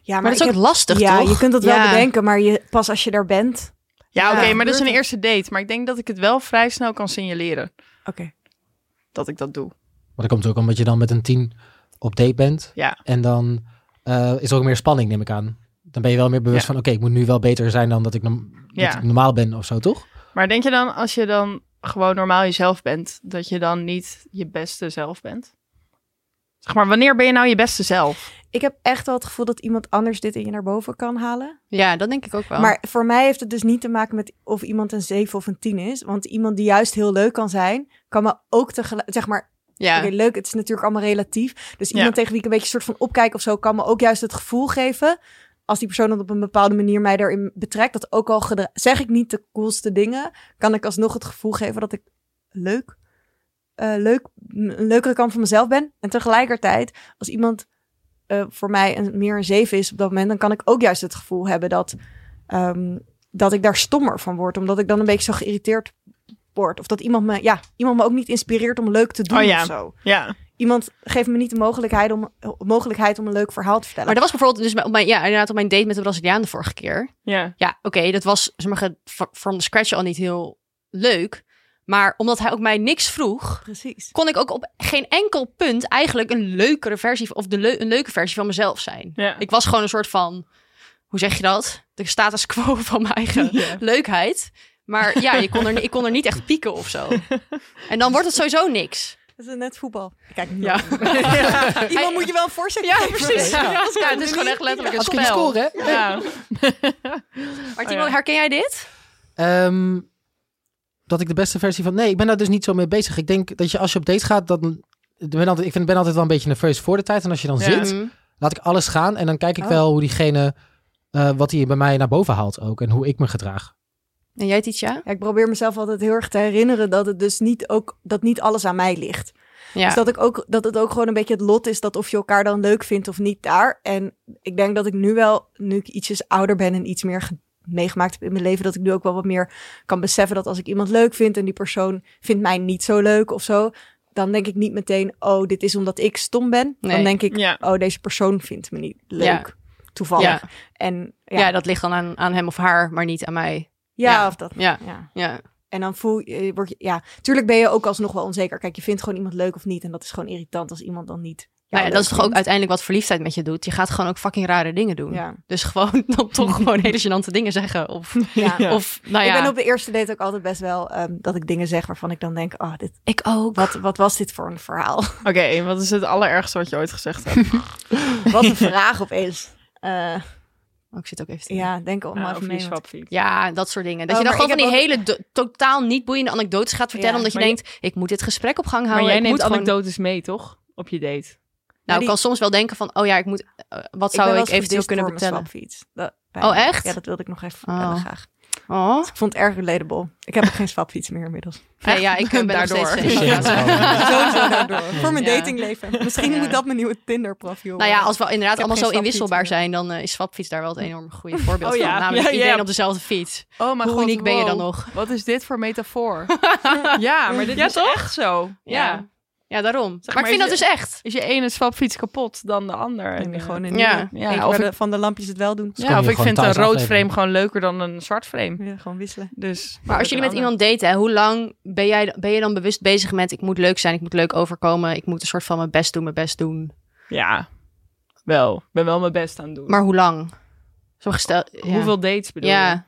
S3: Ja, maar,
S4: Maar dat is
S3: ik
S4: ook lastig,
S3: ja,
S4: toch?
S3: je kunt dat wel
S4: Ja.
S3: bedenken, maar je, pas als je daar bent.
S2: Ja,
S4: Ja,
S2: oké, maar
S3: gebeurt
S2: dat is een
S3: het.
S2: eerste date. Maar ik denk dat ik het wel vrij snel kan signaleren
S3: Oké.
S2: dat ik dat doe.
S1: Maar dat komt ook omdat je dan met een tien op date bent.
S2: Ja.
S1: En dan eh, is er ook meer spanning, neem ik aan. Dan ben je wel meer bewust
S2: Ja.
S1: van, oké, ik moet nu wel beter zijn dan dat ik, norm- dat
S2: Ja.
S1: ik normaal ben of zo, toch?
S2: Maar denk je dan, als je dan gewoon normaal jezelf bent, dat je dan niet je beste zelf bent? Zeg maar, wanneer ben je nou je beste zelf?
S3: Ik heb echt wel het gevoel dat iemand anders dit in je naar boven kan halen.
S4: Ja, dat denk ik ook wel.
S3: Maar voor mij heeft het dus niet te maken met of iemand een 7 of een 10 is. Want iemand die juist heel leuk kan zijn, kan me ook tegelijk, zeg maar,
S4: ja.
S3: oké, leuk, het is natuurlijk allemaal relatief. Dus
S2: Ja.
S3: iemand tegen wie ik een beetje soort van opkijk of zo, kan me ook juist het gevoel geven, als die persoon dan op een bepaalde manier mij daarin betrekt, dat ook al gedra- zeg ik niet de coolste dingen, kan ik alsnog het gevoel geven dat ik leuk, eh, leuk een leukere kant van mezelf ben. En tegelijkertijd, als iemand eh, voor mij een, meer een zeven is op dat moment, dan kan ik ook juist het gevoel hebben dat, ehm, dat ik daar stommer van word, omdat ik dan een beetje zo geïrriteerd word. Of dat iemand me, ja, iemand me ook niet inspireert om leuk te doen
S2: Oh ja.
S3: of zo
S2: Ja.
S3: iemand geeft me niet de mogelijkheid om, mogelijkheid om een leuk verhaal te vertellen.
S4: Maar dat was bijvoorbeeld dus op mijn, ja, inderdaad op mijn date met de Braziliaan de vorige keer.
S2: Ja.
S4: Ja, oké, dat was zeg maar, ge- fr- from the scratch al niet heel leuk. Maar omdat hij ook mij niks vroeg,
S3: Precies.
S4: kon ik ook op geen enkel punt eigenlijk een leukere versie of de leu- een leuke versie van mezelf zijn.
S2: Ja.
S4: Ik was gewoon een soort van, hoe zeg je dat? De status quo van mijn eigen
S2: Ja.
S4: leukheid. Maar ja, je kon er, ik kon er niet echt pieken of zo. En dan wordt het sowieso niks.
S3: Dat is net voetbal. Kijk,
S4: Ja,
S3: iemand moet je wel een voorzet
S4: ja precies. Ja. Ja, het is gewoon echt letterlijk een
S1: Als ik in de
S4: spel.
S1: score, hè?
S2: Ja.
S4: Maar
S2: Oh,
S4: Timo,
S2: ja.
S4: herken jij dit?
S1: Ehm, dat ik de beste versie van. Nee, ik ben daar dus niet zo mee bezig. Ik denk dat je als je op date gaat, dan. Ik ben altijd, ik vind, ben altijd wel een beetje nerveus voor de tijd. En als je dan
S2: Ja.
S1: zit,
S4: Mhm.
S1: laat ik alles gaan. En dan kijk ik
S3: Oh.
S1: wel hoe diegene. eh, wat hij bij mij naar boven haalt ook. En hoe ik me gedraag.
S4: En jij, Tietja?
S3: ik probeer mezelf altijd heel erg te herinneren dat het dus niet ook dat niet alles aan mij ligt. Dus
S4: Ja.
S3: dat ik ook dat het ook gewoon een beetje het lot is dat of je elkaar dan leuk vindt of niet daar. En ik denk dat ik nu wel, nu ik ietsjes ouder ben en iets meer ge- meegemaakt heb in mijn leven, dat ik nu ook wel wat meer kan beseffen dat als ik iemand leuk vind en die persoon vindt mij niet zo leuk of zo, dan denk ik niet meteen, oh, dit is omdat ik stom ben.
S4: Nee.
S3: Dan denk ik,
S2: Ja.
S3: oh, deze persoon vindt me niet leuk.
S4: Ja.
S3: Toevallig.
S4: Ja.
S3: En ja,
S4: Ja. dat ligt dan aan, aan hem of haar, maar niet aan mij.
S3: ja,
S4: ja.
S3: of dat.
S4: Ja.
S3: Ja.
S4: Ja,
S3: En dan voel je, word je, ja, tuurlijk ben je ook alsnog wel onzeker. Kijk, je vindt gewoon iemand leuk of niet. En dat is gewoon irritant als iemand dan niet. jou
S4: nou ja dat is
S3: leuk
S4: toch ook
S3: vindt.
S4: uiteindelijk wat verliefdheid met je doet. Je gaat gewoon ook fucking rare dingen doen.
S3: Ja.
S4: Dus gewoon dan toch gewoon hele gênante dingen zeggen. Of,
S3: Ja.
S2: Ja.
S4: of nou ja,
S3: Ik ben op de eerste date ook altijd best wel ehm, dat ik dingen zeg waarvan ik dan denk, oh, dit,
S4: ik ook.
S3: wat, wat was dit voor een verhaal?
S2: Oké, wat is het allerergste wat je ooit gezegd hebt?
S3: wat een vraag opeens. Eh
S4: Oh, ik zit ook even te denken.
S3: ja, denk allemaal
S2: Nou,
S3: even
S2: over
S3: mee.
S2: je
S3: want-
S2: swapfiets.
S4: Ja, dat soort dingen. Dat
S3: Oh,
S4: je dan
S3: maar
S4: gewoon van
S3: ik
S4: die
S3: heb
S4: hele do- totaal niet boeiende anekdotes gaat vertellen.
S3: Ja,
S4: omdat je
S2: maar je-
S4: denkt, ik moet dit gesprek op gang
S2: Maar
S4: houden.
S2: jij
S4: ik
S2: neemt
S4: moet gewoon...
S2: anekdotes mee, toch? Op je date.
S4: Nou,
S3: die-
S4: ik kan soms wel denken van, oh ja, ik moet, eh, wat
S3: Ik ben
S4: zou
S3: wel
S4: ik,
S3: eens
S4: eventueel
S3: gedist
S4: kunnen
S3: voor mijn
S4: vertellen?
S3: swapfiets. Dat- bij-
S4: Oh, echt?
S3: Ja, dat wilde ik nog even
S4: Oh.
S3: vertellen graag.
S4: Oh,
S3: Ik vond het erg relatable. Ik heb ook geen swapfiets meer inmiddels.
S4: nee, ja, ik eh, ben
S2: Daardoor.
S4: daardoor.
S1: Shit. Oh.
S3: Sowieso daardoor. Voor mijn
S4: Ja.
S3: datingleven. Misschien
S2: Ja.
S3: moet dat mijn nieuwe Tinder profiel
S4: Nou ja, als we
S3: Ik
S4: inderdaad
S3: heb
S4: allemaal zo
S3: geen swapfiets
S4: inwisselbaar
S3: meer.
S4: zijn, dan eh, is swapfiets daar wel het enorm goede voorbeeld
S2: Oh ja.
S4: van. Namelijk
S2: Ja, ja.
S4: iedereen op dezelfde fiets.
S2: Oh, maar
S4: Hoe uniek ben je dan nog?
S2: Wat is dit voor metafoor? ja, maar dit is echt zo.
S4: Ja, ja daarom.
S2: Zeg
S4: maar
S2: maar,
S4: ik vind
S2: is
S4: dat dus echt.
S2: Is je ene swapfiets kapot dan de ander? En,
S3: En
S2: eh,
S3: gewoon een
S4: ja.
S3: nieuwe.
S2: Ja,
S3: Eentje
S2: of
S3: waar
S2: ik-
S3: de- van de lampjes het wel doen.
S1: Dus
S2: ja,
S1: kan
S2: of
S1: je
S2: ik
S1: gewoon
S2: vind een
S1: thuis
S2: rood
S1: afleveren.
S2: frame gewoon leuker dan een zwart frame.
S3: Ja, gewoon wisselen.
S2: Dus,
S4: Maar als jullie met iemand daten, hè, hoe lang ben jij, ben je dan bewust bezig met ik moet leuk zijn, ik moet leuk overkomen, ik moet een soort van mijn best doen, mijn best doen.
S2: Ja, wel. Ik ben wel mijn best aan het doen.
S4: Maar hoe lang? Zo gesteld. ja.
S2: Hoeveel dates bedoel je?
S4: Ja,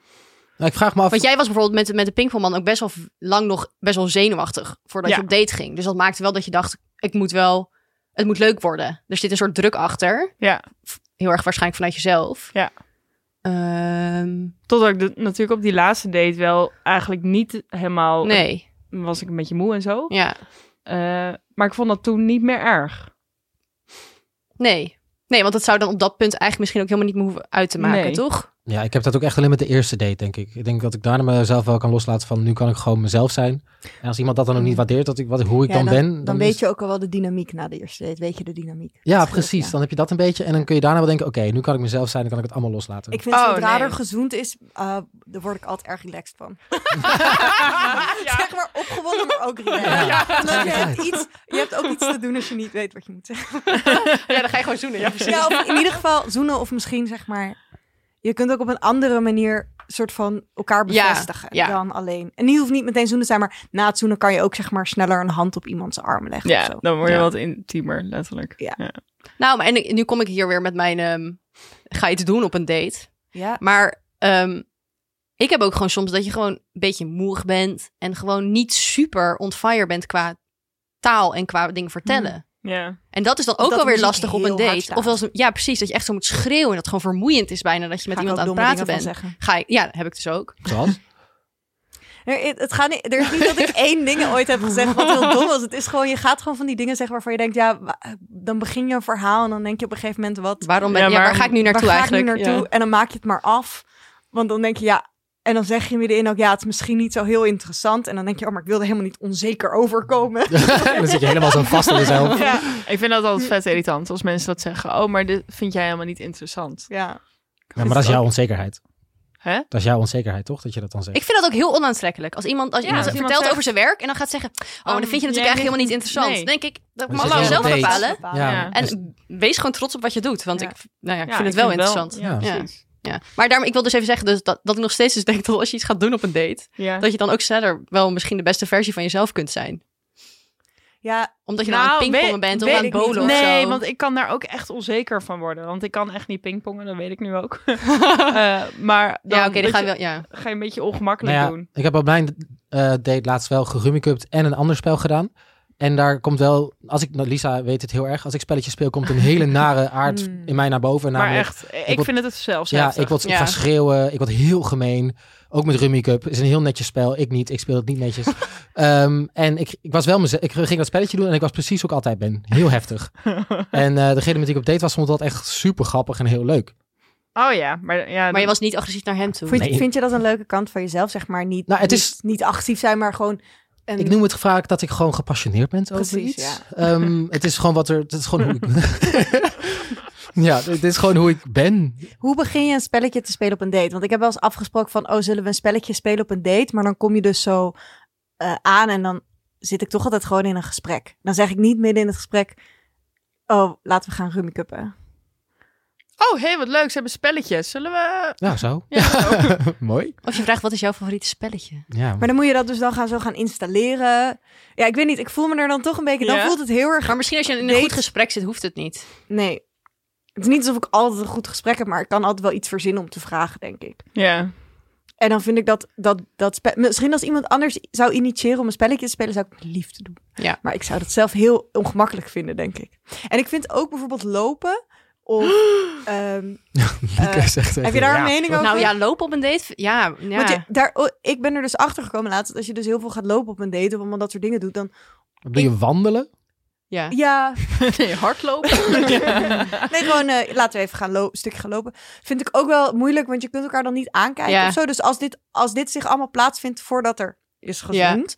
S1: Nou, ik vraag me af.
S4: want jij was bijvoorbeeld met, met de Pinkpongman ook best wel v- lang nog best wel zenuwachtig voordat
S2: Ja.
S4: je op date ging. Dus dat maakte wel dat je dacht, ik moet wel, het moet leuk worden. Er zit een soort druk achter,
S2: Ja,
S4: heel erg waarschijnlijk vanuit jezelf.
S2: Ja.
S4: Ehm,
S2: totdat ik de- natuurlijk op die laatste date wel eigenlijk niet helemaal...
S4: nee,
S2: Was ik een beetje moe en zo.
S4: ja,
S2: Eh, maar ik vond dat toen niet meer erg.
S4: nee. Nee, want dat zou dan op dat punt eigenlijk misschien ook helemaal niet meer hoeven uit te maken,
S2: Nee.
S4: toch?
S1: Ja, ik heb dat ook echt alleen met de eerste date, denk ik. Ik denk dat ik daarna mezelf wel kan loslaten van nu kan ik gewoon mezelf zijn. En als iemand dat dan ook niet waardeert, dat ik, wat, hoe ik
S3: Mm. Ja,
S1: dan, ben.
S3: Dan,
S1: is-
S3: weet je ook al wel de dynamiek na de eerste date. Weet je de dynamiek.
S1: Ja,
S3: Dat scheelt,
S1: precies.
S3: ja.
S1: Dan heb je dat een beetje. En dan kun je daarna wel denken, oké, nu kan ik mezelf zijn, dan kan ik het allemaal loslaten.
S3: Ik vind
S2: Oh,
S3: zodra
S2: nee.
S3: er gezoend is, eh, daar word ik altijd erg relaxed van. Zeg maar opgewonden, maar ook relaxed. Omdat je, hebt iets, je hebt ook iets te doen als je niet weet wat je moet zeggen.
S4: Ja, dan ga je gewoon zoenen. Ja, precies.
S3: Ja, of in ieder geval zoenen of misschien zeg maar... Je kunt ook op een andere manier soort van elkaar
S4: Ja,
S3: bevestigen
S4: ja.
S3: dan alleen. En die hoeft niet meteen zoenen te zijn, maar na het zoenen kan je ook zeg maar sneller een hand op iemands arm leggen of
S2: Ja,
S3: zo.
S2: dan word je
S4: Ja.
S2: wat intiemer, letterlijk.
S3: Ja.
S4: Nou, maar en ik- nu kom ik hier weer met mijn. ehm, ga iets doen op een date.
S3: Ja,
S4: Maar ehm, ik heb ook gewoon soms dat je gewoon een beetje moeig bent. En gewoon niet super on fire bent qua taal en qua dingen vertellen.
S2: Ja.
S4: En dat is dan
S3: Of
S4: ook
S3: dat de
S4: alweer
S3: muziek
S4: lastig op
S3: heel
S4: een
S3: hard
S4: date.
S3: staat.
S4: Of als, ja, precies. Dat je echt zo moet schreeuwen. En dat het gewoon vermoeiend is bijna dat je met
S3: Ga ik
S4: iemand
S3: ook
S4: aan het
S3: domme
S4: praten
S3: dingen van
S4: bent. Ga ik, ja, dat heb ik dus ook.
S1: Zoals?
S3: zeggen. Er, het, het gaat niet, er is niet dat ik één ding ooit heb gezegd wat heel dom was. Het is gewoon, je gaat gewoon van die dingen zeggen waarvan je denkt, ja, wa- dan begin je een verhaal en dan denk je op een gegeven moment, wat,
S4: Waarom ben,
S2: Ja,
S4: ja, waar
S2: maar-
S4: ga ik nu naartoe
S3: waar ga ik nu
S4: eigenlijk?
S3: naartoe?
S4: Ja.
S3: En dan maak je het maar af. Want dan denk je, ja... En dan zeg je middenin ook, ja, het is misschien niet zo heel interessant. En dan denk je, oh, maar ik wilde helemaal niet onzeker overkomen.
S1: dan zit je helemaal zo vast in jezelf.
S3: Ja.
S2: Ik vind dat altijd vet irritant als mensen dat zeggen. Oh, maar dit vind jij helemaal niet interessant.
S3: ja.
S1: Ja, maar dat is jouw onzekerheid.
S2: Hè?
S1: Dat is jouw onzekerheid, toch? Dat je dat dan zegt.
S4: Ik vind dat ook heel onaantrekkelijk. Als iemand, als
S2: Ja,
S4: iemand
S2: als iemand
S4: vertelt
S2: zegt-
S4: over zijn werk en dan gaat zeggen... Oh,
S2: Um,
S4: dan vind
S2: jij
S4: je natuurlijk eigenlijk helemaal
S2: vindt-
S4: niet interessant.
S2: nee.
S4: Dan denk ik, dat
S1: Dan
S4: mag
S1: zit
S4: je
S1: je
S4: zelf
S1: op date.
S4: bepalen.
S1: Ja.
S2: Ja.
S1: Dus-
S4: En wees gewoon trots op wat je doet. Want
S3: Ja.
S4: ik, nou ja, ik
S2: Ja,
S4: vind het wel
S2: ik
S4: interessant.
S1: Ja.
S2: ja,
S4: Ja.
S2: precies.
S4: Ja. Maar daarom, ik wil dus even zeggen dus dat, dat ik nog steeds dus denk dat als je iets gaat doen op een date...
S2: Ja.
S4: dat je dan ook sneller wel misschien de beste versie van jezelf kunt zijn.
S3: ja,
S4: Omdat je
S2: Nou,
S4: dan aan het pingpongen
S2: weet-
S4: bent of
S2: weet
S4: aan het
S3: ik niet.
S4: bowlen of zo.
S2: nee, want ik kan daar ook echt onzeker van worden. Want ik kan echt niet pingpongen, dat weet ik nu ook. Eh, maar dan
S4: ja, oké, dan
S2: dat
S4: ga je
S2: je-
S4: wel... Ja.
S2: ga je een beetje
S1: Nou
S2: ongemakkelijk
S1: ja,
S2: doen.
S1: ik heb op mijn eh, date laatst wel gerummikupt en een ander spel gedaan. En daar komt wel, als ik, nou, Lisa weet het heel erg, als ik spelletjes speel, komt een hele nare aard
S3: Mm.
S1: in mij naar boven.
S2: Hmm. Maar
S1: namelijk-
S2: echt, ik,
S1: word-
S2: vind het het zelfs
S1: Ja,
S2: heftig.
S1: ik word ik
S4: Ja.
S1: ga schreeuwen. Ik word heel gemeen. Ook met Rummy Cup. is een heel netjes spel. Ik niet. Ik speel het niet netjes. Ehm, en ik, ik was wel mezelf. Ik ging dat spelletje doen en ik was precies hoe ik altijd ben. Heel heftig. en eh degene met wie ik op date was, vond dat echt super grappig en heel leuk.
S2: Oh ja, maar, ja,
S4: Maar je was niet agressief naar hem toe.
S3: Vind,
S1: Nee.
S3: vind je dat een leuke kant van jezelf, zeg maar? Niet,
S1: Nou, het is-
S3: niet, niet actief zijn, maar gewoon... Een,
S1: Ik noem het vaak dat ik gewoon gepassioneerd ben over
S3: Precies,
S1: iets.
S3: ja.
S1: Ehm, het is gewoon wat er. Het is gewoon hoe ik. ja, dit is gewoon hoe ik ben.
S3: Hoe begin je een spelletje te spelen op een date? Want ik heb wel eens afgesproken van... oh, zullen we een spelletje spelen op een date? Maar dan kom je dus zo eh, aan en dan zit ik toch altijd gewoon in een gesprek. Dan zeg ik niet midden in het gesprek... oh, laten we gaan rummikuppen.
S2: Oh, hé, hey, wat leuk. Ze hebben spelletjes. Zullen we...
S1: Nou, zo.
S2: Ja, zo.
S1: Mooi.
S4: Of je vraagt, wat is jouw favoriete spelletje?
S1: Ja.
S3: Maar dan moet je dat dus dan gaan, zo gaan installeren. Ja, ik weet niet, ik voel me er dan toch een beetje... dan
S2: Ja?
S3: voelt het heel erg...
S4: Maar misschien als je in een
S3: Date-
S4: goed gesprek zit, hoeft het niet.
S3: Nee, het is niet alsof ik altijd een goed gesprek heb... maar ik kan altijd wel iets verzinnen om te vragen, denk ik.
S2: ja.
S3: En dan vind ik dat, dat, dat spe- misschien als iemand anders zou initiëren om een spelletje te spelen, zou ik het met liefde doen.
S4: Ja.
S3: Maar ik zou dat zelf heel ongemakkelijk vinden, denk ik. En ik vind ook bijvoorbeeld lopen of... ehm,
S1: Lieke
S3: eh,
S1: zegt
S3: heb je
S1: even,
S3: daar
S1: ja.
S3: een mening over?
S4: Nou ja, lopen op een date? Ja, ja.
S3: Want je, daar, oh, ik ben er dus achter gekomen laatst, dat als je dus heel veel gaat lopen op een date of allemaal dat soort dingen doet, dan...
S1: Doe je wandelen?
S4: ja.
S3: Ja,
S2: Nee, hardlopen.
S3: nee, gewoon eh, laten we even gaan lo- een stukje gaan lopen. Vind ik ook wel moeilijk, want je kunt elkaar dan niet aankijken
S4: Ja.
S3: of zo. Dus als dit, als dit zich allemaal plaatsvindt voordat er is gezoend,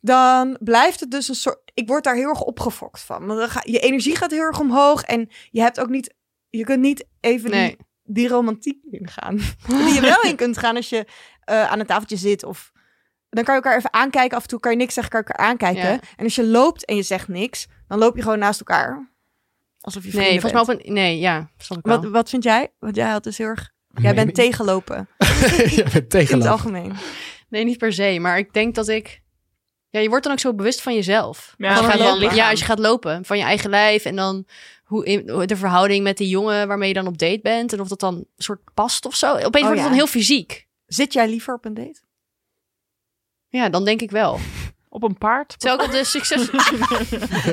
S3: dan blijft het dus een soort... Ik word daar heel erg opgefokt van. Want dan ga, je energie gaat heel erg omhoog en je hebt ook niet... Je kunt niet even
S4: Nee.
S3: die, die romantiek ingaan. die je wel in kunt gaan als je eh, aan een tafeltje zit of... Dan kan je elkaar even aankijken. Af en toe kan je niks zeggen, kan je elkaar aankijken.
S4: Ja.
S3: En als je loopt en je zegt niks, dan loop je gewoon naast elkaar. Alsof je vrienden
S4: Nee, volgens
S3: bent.
S4: mij op een... Nee, ja. Snap ik wel.
S3: Wat, wat vind jij? Want jij had dus heel erg. Jij bent tegenlopen
S1: Jij bent
S3: in het
S1: tegenlopen.
S3: algemeen.
S4: Nee, niet per se. Maar ik denk dat ik... Ja, je wordt dan ook zo bewust van jezelf.
S2: Ja,
S4: Als je
S2: van
S4: gaat
S2: je
S4: wandelen-
S2: lichaam.
S4: ja, als je gaat lopen. Van je eigen lijf. En dan hoe in- hoe de verhouding met die jongen waarmee je dan op date bent. En of dat dan een soort past of zo. Opeens
S1: Oh
S4: wordt het
S3: ja.
S4: dan heel fysiek.
S3: Zit jij liever op een date?
S4: Ja, dan denk ik wel.
S2: Op een paard.
S4: Terwijl ik op de succes... Ah,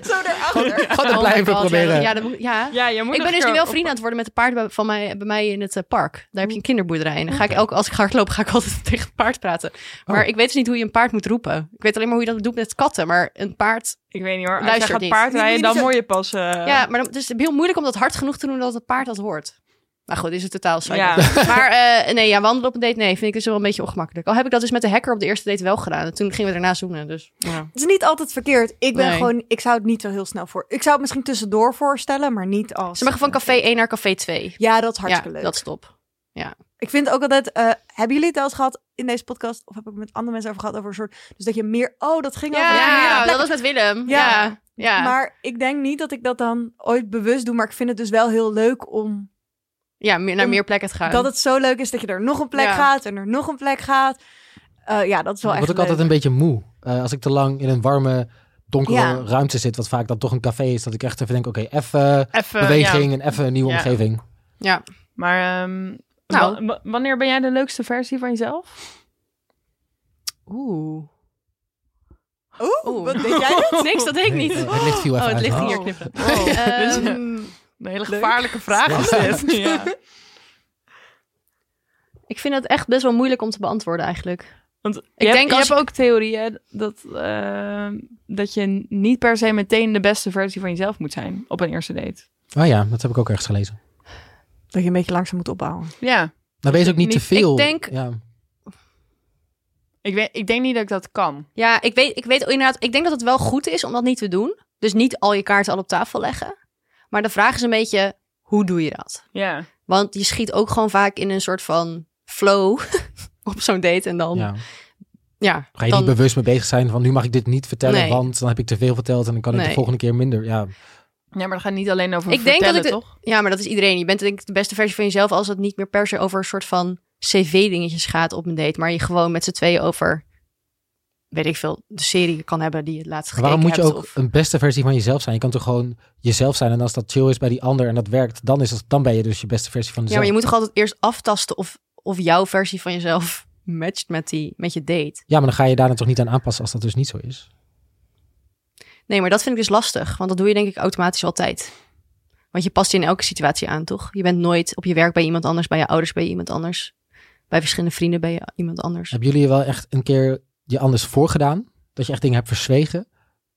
S3: Zo daarachter.
S1: Gewoon te
S4: Oh my
S1: blijven
S4: God, ja,
S1: proberen.
S4: dat- Ja, dat moet- ja.
S2: Ja, je moet
S4: Ik ben
S2: nog
S4: dus nu
S2: een
S4: wel
S2: keer
S4: vrienden aan het worden met de paarden bij, van mij, bij mij in het eh, park. Daar heb je een kinderboerderij. En dan ga ik elke, als ik ga hardlopen, ga ik altijd tegen het paard praten. Maar
S1: Oh.
S4: ik weet dus niet hoe je een paard moet roepen. Ik weet alleen maar hoe je dat doet met katten. Maar een paard.
S2: op- Ik weet niet hoor. Als
S4: Luister
S2: je gaat
S4: niet.
S2: paardrijden,
S3: Niet- niet
S2: dan
S3: zo-
S2: moet je pas... eh,
S4: ja, maar dan, dus het is heel moeilijk om dat hard genoeg te doen dat het paard dat hoort. Nou goed, is het totaal saai.
S2: ja.
S4: Maar eh, nee, ja, wandelen op een date, nee, vind ik dus wel een beetje ongemakkelijk. Al heb ik dat dus met de hacker op de eerste date wel gedaan. En toen gingen we daarna zoenen. Dus ja.
S3: Het is niet altijd verkeerd. Ik ben
S4: Nee.
S3: gewoon. Ik zou het niet zo heel snel voor. Ik zou het misschien tussendoor voorstellen, maar niet als.
S4: Ze mogen van café 1 naar café 2.
S3: Ja, dat is hartstikke
S4: ja,
S3: leuk.
S4: dat is top.
S3: Ik vind ook altijd. eh, hebben jullie het wel eens gehad in deze podcast? Of heb ik het met andere mensen over gehad? Over een soort. Dus dat je meer. Oh, dat ging
S4: Ja,
S3: over. meerdere
S4: dat
S3: plekken.
S4: was met Willem.
S3: Ja.
S4: Ja, ja.
S3: Maar ik denk niet dat ik dat dan ooit bewust doe. Maar ik vind het dus wel heel leuk om
S4: Ja, meer, naar
S3: om-
S4: meer plekken te gaan.
S3: Dat het zo leuk is dat je er nog een plek
S4: Ja.
S3: gaat en er nog een plek gaat. Eh, ja, dat is wel
S1: Ik
S3: echt
S1: word ook
S3: leuk.
S1: altijd een beetje moe. Eh, als ik te lang in een warme, donkere
S3: Ja.
S1: ruimte zit, wat vaak dan toch een café is, dat ik echt even denk, oké, even
S2: Even,
S1: beweging
S2: ja.
S1: en even een nieuwe
S2: Ja.
S1: omgeving.
S4: Ja.
S2: Maar ehm,
S4: Nou.
S2: wa- wa- wanneer ben jij de leukste versie van jezelf?
S4: Oeh.
S3: Oeh,
S4: Oeh.
S3: wat deed jij? dit?
S4: Niks, dat deed ik niet.
S1: Nee, eh, het licht viel even
S4: Oh, het
S1: uit.
S4: licht
S1: hè?
S4: ging hier
S2: Oh.
S4: knipperen.
S2: Wow.
S4: Ehm,
S2: Een hele
S3: Leuk.
S2: gevaarlijke vraag
S1: Ja.
S2: is dit. Ja.
S4: ik vind dat echt best wel moeilijk om te beantwoorden eigenlijk.
S2: Want je,
S4: denk
S2: hebt, je
S4: als-
S2: hebt ook theorieën dat, eh, dat je niet per se meteen de beste versie van jezelf moet zijn op een eerste date.
S1: Oh ja, dat heb ik ook ergens gelezen.
S3: Dat je een beetje langzaam moet opbouwen.
S2: Ja,
S1: Nou, wees ook niet te
S2: niet-
S1: veel.
S4: ik denk-
S1: Ja.
S2: ik, weet, ik denk niet dat ik dat kan.
S4: Ja, ik weet, ik weet inderdaad, ik denk dat het wel goed is om dat niet te doen. Dus niet al je kaarten al op tafel leggen. Maar de vraag is een beetje, hoe doe je dat?
S2: Ja.
S4: Want je schiet ook gewoon vaak in een soort van flow op zo'n date. En dan, ja,
S1: ja. Ga je niet
S4: dan-
S1: bewust mee bezig zijn van nu mag ik dit niet vertellen,
S4: Nee.
S1: want dan heb ik te veel verteld en dan kan ik de
S4: Nee.
S1: volgende keer minder. Ja,
S2: ja, maar dat gaat niet alleen over
S4: Ik denk
S2: vertellen,
S4: dat ik de-
S2: toch?
S4: ja, maar dat is iedereen. Je bent denk ik de beste versie van jezelf als het niet meer per se over een soort van cv-dingetjes gaat op een date. Maar je gewoon met z'n tweeën over, weet ik veel, de serie kan hebben die je het laatst
S1: Maar
S4: gekeken
S1: waarom moet je
S4: hebt,
S1: ook
S4: of-
S1: een beste versie van jezelf zijn? Je kan toch gewoon jezelf zijn en als dat chill is bij die ander en dat werkt, dan, is het, dan ben je dus je beste versie van
S4: Ja, maar
S1: jezelf.
S4: je moet toch altijd eerst aftasten of, of jouw versie van jezelf matcht met, die, met je date.
S1: Ja, maar dan ga je daarna toch niet aan aanpassen als dat dus niet zo is.
S4: Nee, maar dat vind ik dus lastig. Want dat doe je denk ik automatisch altijd. Want je past je in elke situatie aan, toch? Je bent nooit op je werk bij iemand anders, bij je ouders bij iemand anders. Bij verschillende vrienden bij je- iemand anders.
S1: Hebben jullie je wel echt een keer je anders voorgedaan? Dat je echt dingen hebt verzwegen?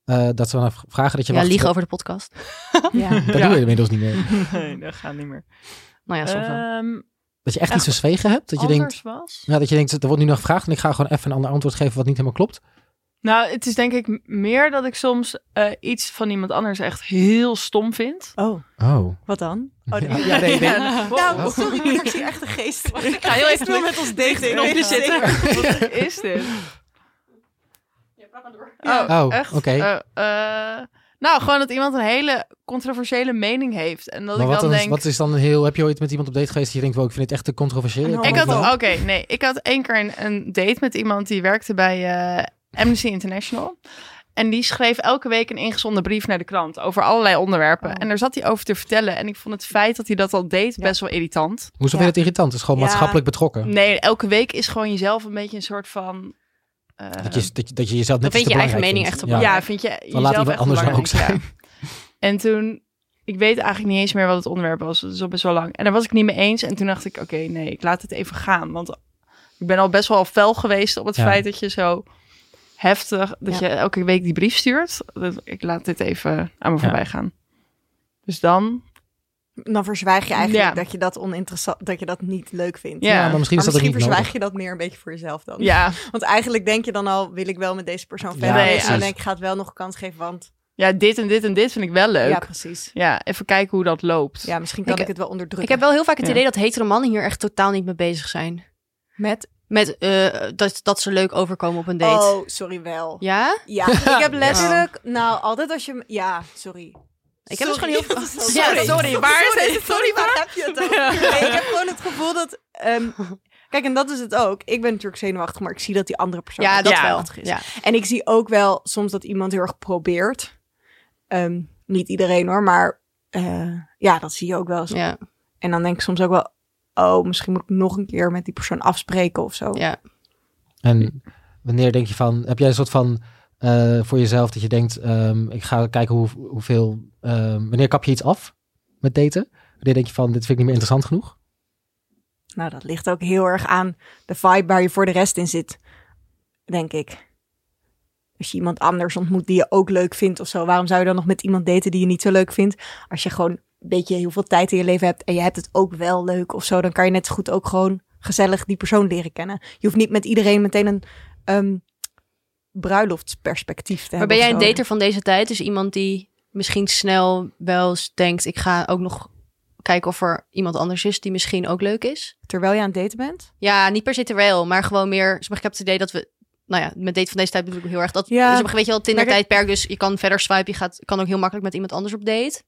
S1: Eh, dat ze dan v- vragen dat je
S4: Ja,
S1: wacht.
S4: liegen over de podcast.
S3: Ja.
S1: Dat
S2: Ja.
S1: doe je inmiddels niet meer.
S2: Nee, dat gaat niet meer.
S4: Nou ja, soms wel.
S3: Eh,
S2: Ehm,
S1: Dat je echt,
S2: Echt
S1: iets verzwegen hebt? Dat je
S2: anders
S1: denkt,
S2: was?
S1: ja, dat je denkt, er wordt nu nog gevraagd en ik ga gewoon even een ander antwoord geven wat niet helemaal klopt.
S2: Nou, het is denk ik m- meer dat ik soms eh, iets van iemand anders echt heel stom vind.
S3: Oh,
S1: Oh.
S3: wat dan? Oh,
S1: Ja, ja, nee, nee.
S3: Nou, sorry, maar ik zie echt een geest. Ik ga heel even door met ons dating
S2: op
S3: Ja.
S2: Wat is dit? Oh,
S1: Oh,
S2: echt?
S1: oké.
S2: Oh, eh, nou, gewoon dat iemand een hele controversiële mening heeft. En dat
S1: Maar
S2: ik
S1: wat,
S2: dan
S1: dan is-
S2: denk...
S1: wat is dan een heel... Heb je ooit met iemand op date geweest dat je denkt, wow, ik vind dit echt te controversieel? eh,
S3: Ik
S1: kan
S2: Ik
S1: het
S2: had,
S1: wel.
S2: oké, nee. Ik had één keer een, een date met iemand die werkte bij eh, Amnesty International. En die schreef elke week een ingezonden brief naar de krant over allerlei onderwerpen.
S3: Oh.
S2: En daar zat hij over te vertellen. En ik vond het feit dat hij dat al deed best wel irritant.
S1: Hoezo vind
S3: Ja.
S1: je dat irritant? Het is gewoon
S3: Ja.
S1: maatschappelijk betrokken.
S2: Nee, elke week is gewoon jezelf een beetje een soort van... eh,
S1: Dat je, dat je, dat je jezelf net
S4: Dan
S1: iets
S4: vind je
S1: te
S4: eigen
S1: belangrijk
S4: mening
S1: vindt.
S4: echt te
S1: Ja.
S4: belangrijk.
S2: ja, vind je
S1: Dan
S2: jezelf
S1: laat iemand
S2: echt
S1: anders dan ook zijn.
S2: belangrijk, ja. En toen... Ik weet eigenlijk niet eens meer wat het onderwerp was. Dat is al best wel lang. En daar was ik niet mee eens. En toen dacht ik, oké, nee, ik laat het even gaan. Want ik ben al best wel fel geweest op het
S1: Ja.
S2: feit dat je zo heftig... dat
S4: Ja.
S2: je elke week die brief stuurt. Dat- Ik laat dit even aan me
S1: Ja.
S2: voorbij gaan. Dus dan...
S3: Dan verzwijg je eigenlijk
S2: Ja.
S3: dat je dat oninteressant, dat je dat niet leuk vindt.
S2: Ja.
S1: Ja, maar misschien
S3: Maar
S1: is dat ook
S3: misschien
S1: niet
S3: verzwijg
S1: nodig.
S3: je dat meer een beetje voor jezelf dan.
S2: Ja,
S3: Want eigenlijk denk je dan al, wil ik wel met deze persoon verder.
S1: Ja,
S3: Nee,
S2: precies.
S3: en denk ik ga het wel nog een kans geven, want...
S2: ja, dit en dit en dit vind ik wel leuk.
S3: Ja,
S2: Ja,
S3: precies.
S2: even kijken hoe dat loopt.
S3: Ja, misschien kan ik,
S4: Ik-
S3: het wel onderdrukken.
S4: Ik heb wel heel vaak het
S2: Ja.
S4: idee dat hetere mannen hier echt totaal niet mee bezig zijn.
S3: Met...
S4: Met eh, dat, dat ze leuk overkomen op een date.
S3: Oh, sorry, wel.
S4: Ja?
S3: Ja, ik heb letterlijk... Nou, altijd als je... Ja, sorry.
S4: Ik heb dus gewoon heel veel...
S3: Ja, sorry.
S2: sorry, waar is
S3: sorry,
S2: het?
S3: sorry, waar heb je het over? Nee, ik heb gewoon het gevoel dat... ehm, kijk, en dat is het ook. Ik ben natuurlijk zenuwachtig, maar ik zie dat die andere persoon...
S4: Ja,
S3: ook
S4: dat
S2: Ja.
S4: wel.
S3: zenuwachtig is.
S4: Ja.
S3: En ik zie ook wel soms dat iemand heel erg probeert. Ehm, niet iedereen hoor, maar eh, ja, dat zie je ook wel eens.
S4: Ja.
S3: En dan denk ik soms ook wel... Oh, misschien moet ik nog een keer met die persoon afspreken of zo.
S4: ja.
S1: En wanneer denk je van... Heb jij een soort van eh, voor jezelf dat je denkt... ehm, ik ga kijken hoe, hoeveel... ehm, wanneer kap je iets af met daten? Wanneer denk je van, dit vind ik niet meer interessant genoeg?
S3: Nou, dat ligt ook heel erg aan de vibe waar je voor de rest in zit, denk ik. Als je iemand anders ontmoet die je ook leuk vindt of zo, waarom zou je dan nog met iemand daten die je niet zo leuk vindt? Als je gewoon een beetje heel veel tijd in je leven hebt en je hebt het ook wel leuk of zo, dan kan je net zo goed ook gewoon gezellig die persoon leren kennen. Je hoeft niet met iedereen meteen een ehm, bruiloftsperspectief te
S4: Maar
S3: hebben.
S4: ben jij een
S3: of zo.
S4: dater van deze tijd? Dus iemand die misschien snel wel eens denkt... ik ga ook nog kijken of er iemand anders is die misschien ook leuk is?
S3: Terwijl je aan het daten bent?
S4: Ja, niet per se terwijl, maar gewoon meer... Dus ik heb het idee dat we... Nou ja, met date van deze tijd bedoel ik heel erg dat...
S3: Ja.
S4: Dus op een weet je wel, Tinder
S3: Maar kijk-
S4: tijdperk, dus je kan verder swipen. Je gaat, kan ook heel makkelijk met iemand anders op date.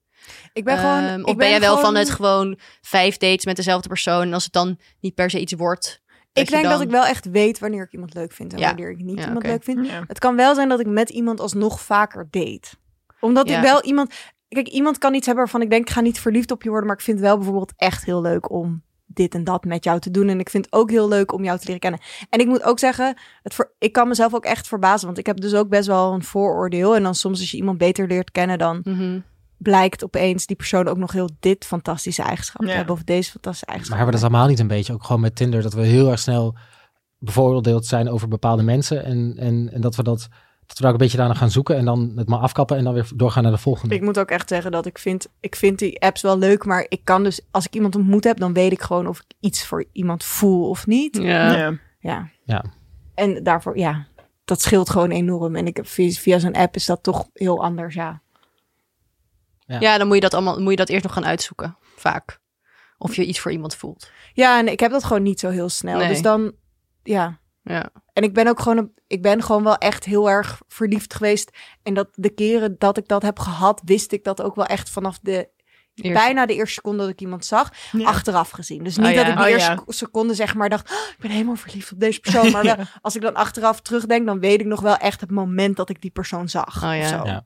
S3: Ik ben gewoon...
S4: Ehm,
S3: ik
S4: of ben, jij wel
S3: gewoon-
S4: van het gewoon vijf dates met dezelfde persoon... en als het dan niet per se iets wordt...
S3: Ik
S4: je
S3: denk dat
S4: dan-
S3: ik wel echt weet wanneer ik iemand leuk vind en
S4: Ja.
S3: wanneer ik niet
S4: Ja,
S3: iemand
S4: oké.
S3: leuk vind.
S2: Ja.
S3: Het kan wel zijn dat ik met iemand alsnog vaker date. Omdat
S4: Ja.
S3: ik wel iemand... Kijk, iemand kan iets hebben waarvan ik denk... ik ga niet verliefd op je worden... maar ik vind wel bijvoorbeeld echt heel leuk om dit en dat met jou te doen. En ik vind het ook heel leuk om jou te leren kennen. En ik moet ook zeggen, het ver- ik kan mezelf ook echt verbazen. Want ik heb dus ook best wel een vooroordeel. En dan soms als je iemand beter leert kennen, dan
S4: Mhm.
S3: blijkt opeens die persoon ook nog heel dit fantastische eigenschap te
S2: Ja.
S3: hebben. Of deze fantastische
S1: Maar
S3: eigenschap.
S1: hebben we dat allemaal niet een beetje? Ook gewoon met Tinder, dat we heel erg snel bevoordeeld zijn over bepaalde mensen. En, en, en dat we dat, dat we daar ook een beetje daarna gaan zoeken en dan het maar afkappen en dan weer doorgaan naar de volgende.
S3: Ik moet ook echt zeggen dat ik vind, ik vind die apps wel leuk. Maar ik kan dus, als ik iemand ontmoet heb, dan weet ik gewoon of ik iets voor iemand voel of niet.
S4: Ja.
S2: Eh,
S3: Ja.
S1: Ja.
S3: En daarvoor, ja, dat scheelt gewoon enorm. En ik heb via, via zo'n app is dat toch heel anders, ja.
S1: Ja.
S4: Ja, dan moet je dat allemaal moet je dat eerst nog gaan uitzoeken, vaak. Of je iets voor iemand voelt.
S3: Ja, en ik heb dat gewoon niet zo heel snel.
S4: Nee.
S3: Dus dan, ja.
S4: Ja.
S3: En ik ben ook gewoon, een- ik ben gewoon wel echt heel erg verliefd geweest. En dat de keren dat ik dat heb gehad, wist ik dat ook wel echt vanaf de,
S4: Eerst.
S3: bijna de eerste seconde dat ik iemand zag. achteraf gezien. Dus
S4: Oh
S3: niet
S4: ja.
S3: dat ik de
S2: Oh
S3: eerste
S2: ja.
S3: ko- seconde zeg maar dacht, "Oh, ik ben helemaal verliefd op deze persoon. Maar wel, als ik dan achteraf terugdenk, dan weet ik nog wel echt het moment dat ik die persoon zag.
S4: Oh ja.
S3: of zo.
S1: Ja.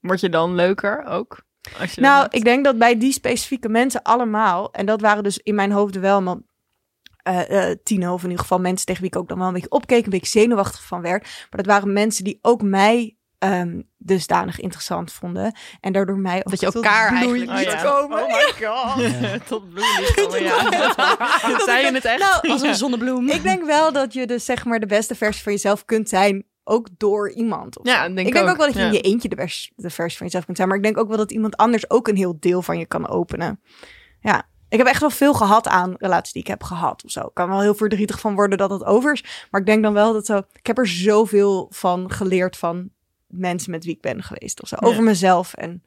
S2: Word je dan leuker ook? Als je
S3: Nou,
S2: dat-
S3: ik denk dat bij die specifieke mensen allemaal, en dat waren dus in mijn hoofd wel maar, eh eh, tien of in ieder geval mensen tegen wie ik ook dan wel een beetje opkeek, een beetje zenuwachtig van werd. Maar dat waren mensen die ook mij ehm, dusdanig interessant vonden. En daardoor mij ook
S4: Dat je
S3: tot
S4: elkaar
S3: bloei
S4: eigenlijk-
S3: liet
S2: Oh ja.
S3: komen.
S2: Oh my god.
S1: Ja.
S2: Tot bloed is komen, ja.
S3: Dat
S2: Zei
S3: ik
S2: je het echt?
S3: Nou,
S4: Als een zonnebloem.
S3: Ik denk wel dat je dus zeg maar de beste versie van jezelf kunt zijn, ook door iemand. of
S2: Ja,
S3: zo.
S2: dat denk
S3: ik
S2: ik
S3: denk ook,
S2: ook,
S3: wel dat je in
S2: ja.
S3: je eentje de, vers- de versie van jezelf kunt zijn, maar ik denk ook wel dat iemand anders ook een heel deel van je kan openen. Ja, ik heb echt wel veel gehad aan relaties die ik heb gehad of zo. Ik kan wel heel verdrietig van worden dat het over is, maar ik denk dan wel dat zo. Ik heb er zoveel van geleerd van mensen met wie ik ben geweest of zo,
S2: Ja.
S3: over mezelf en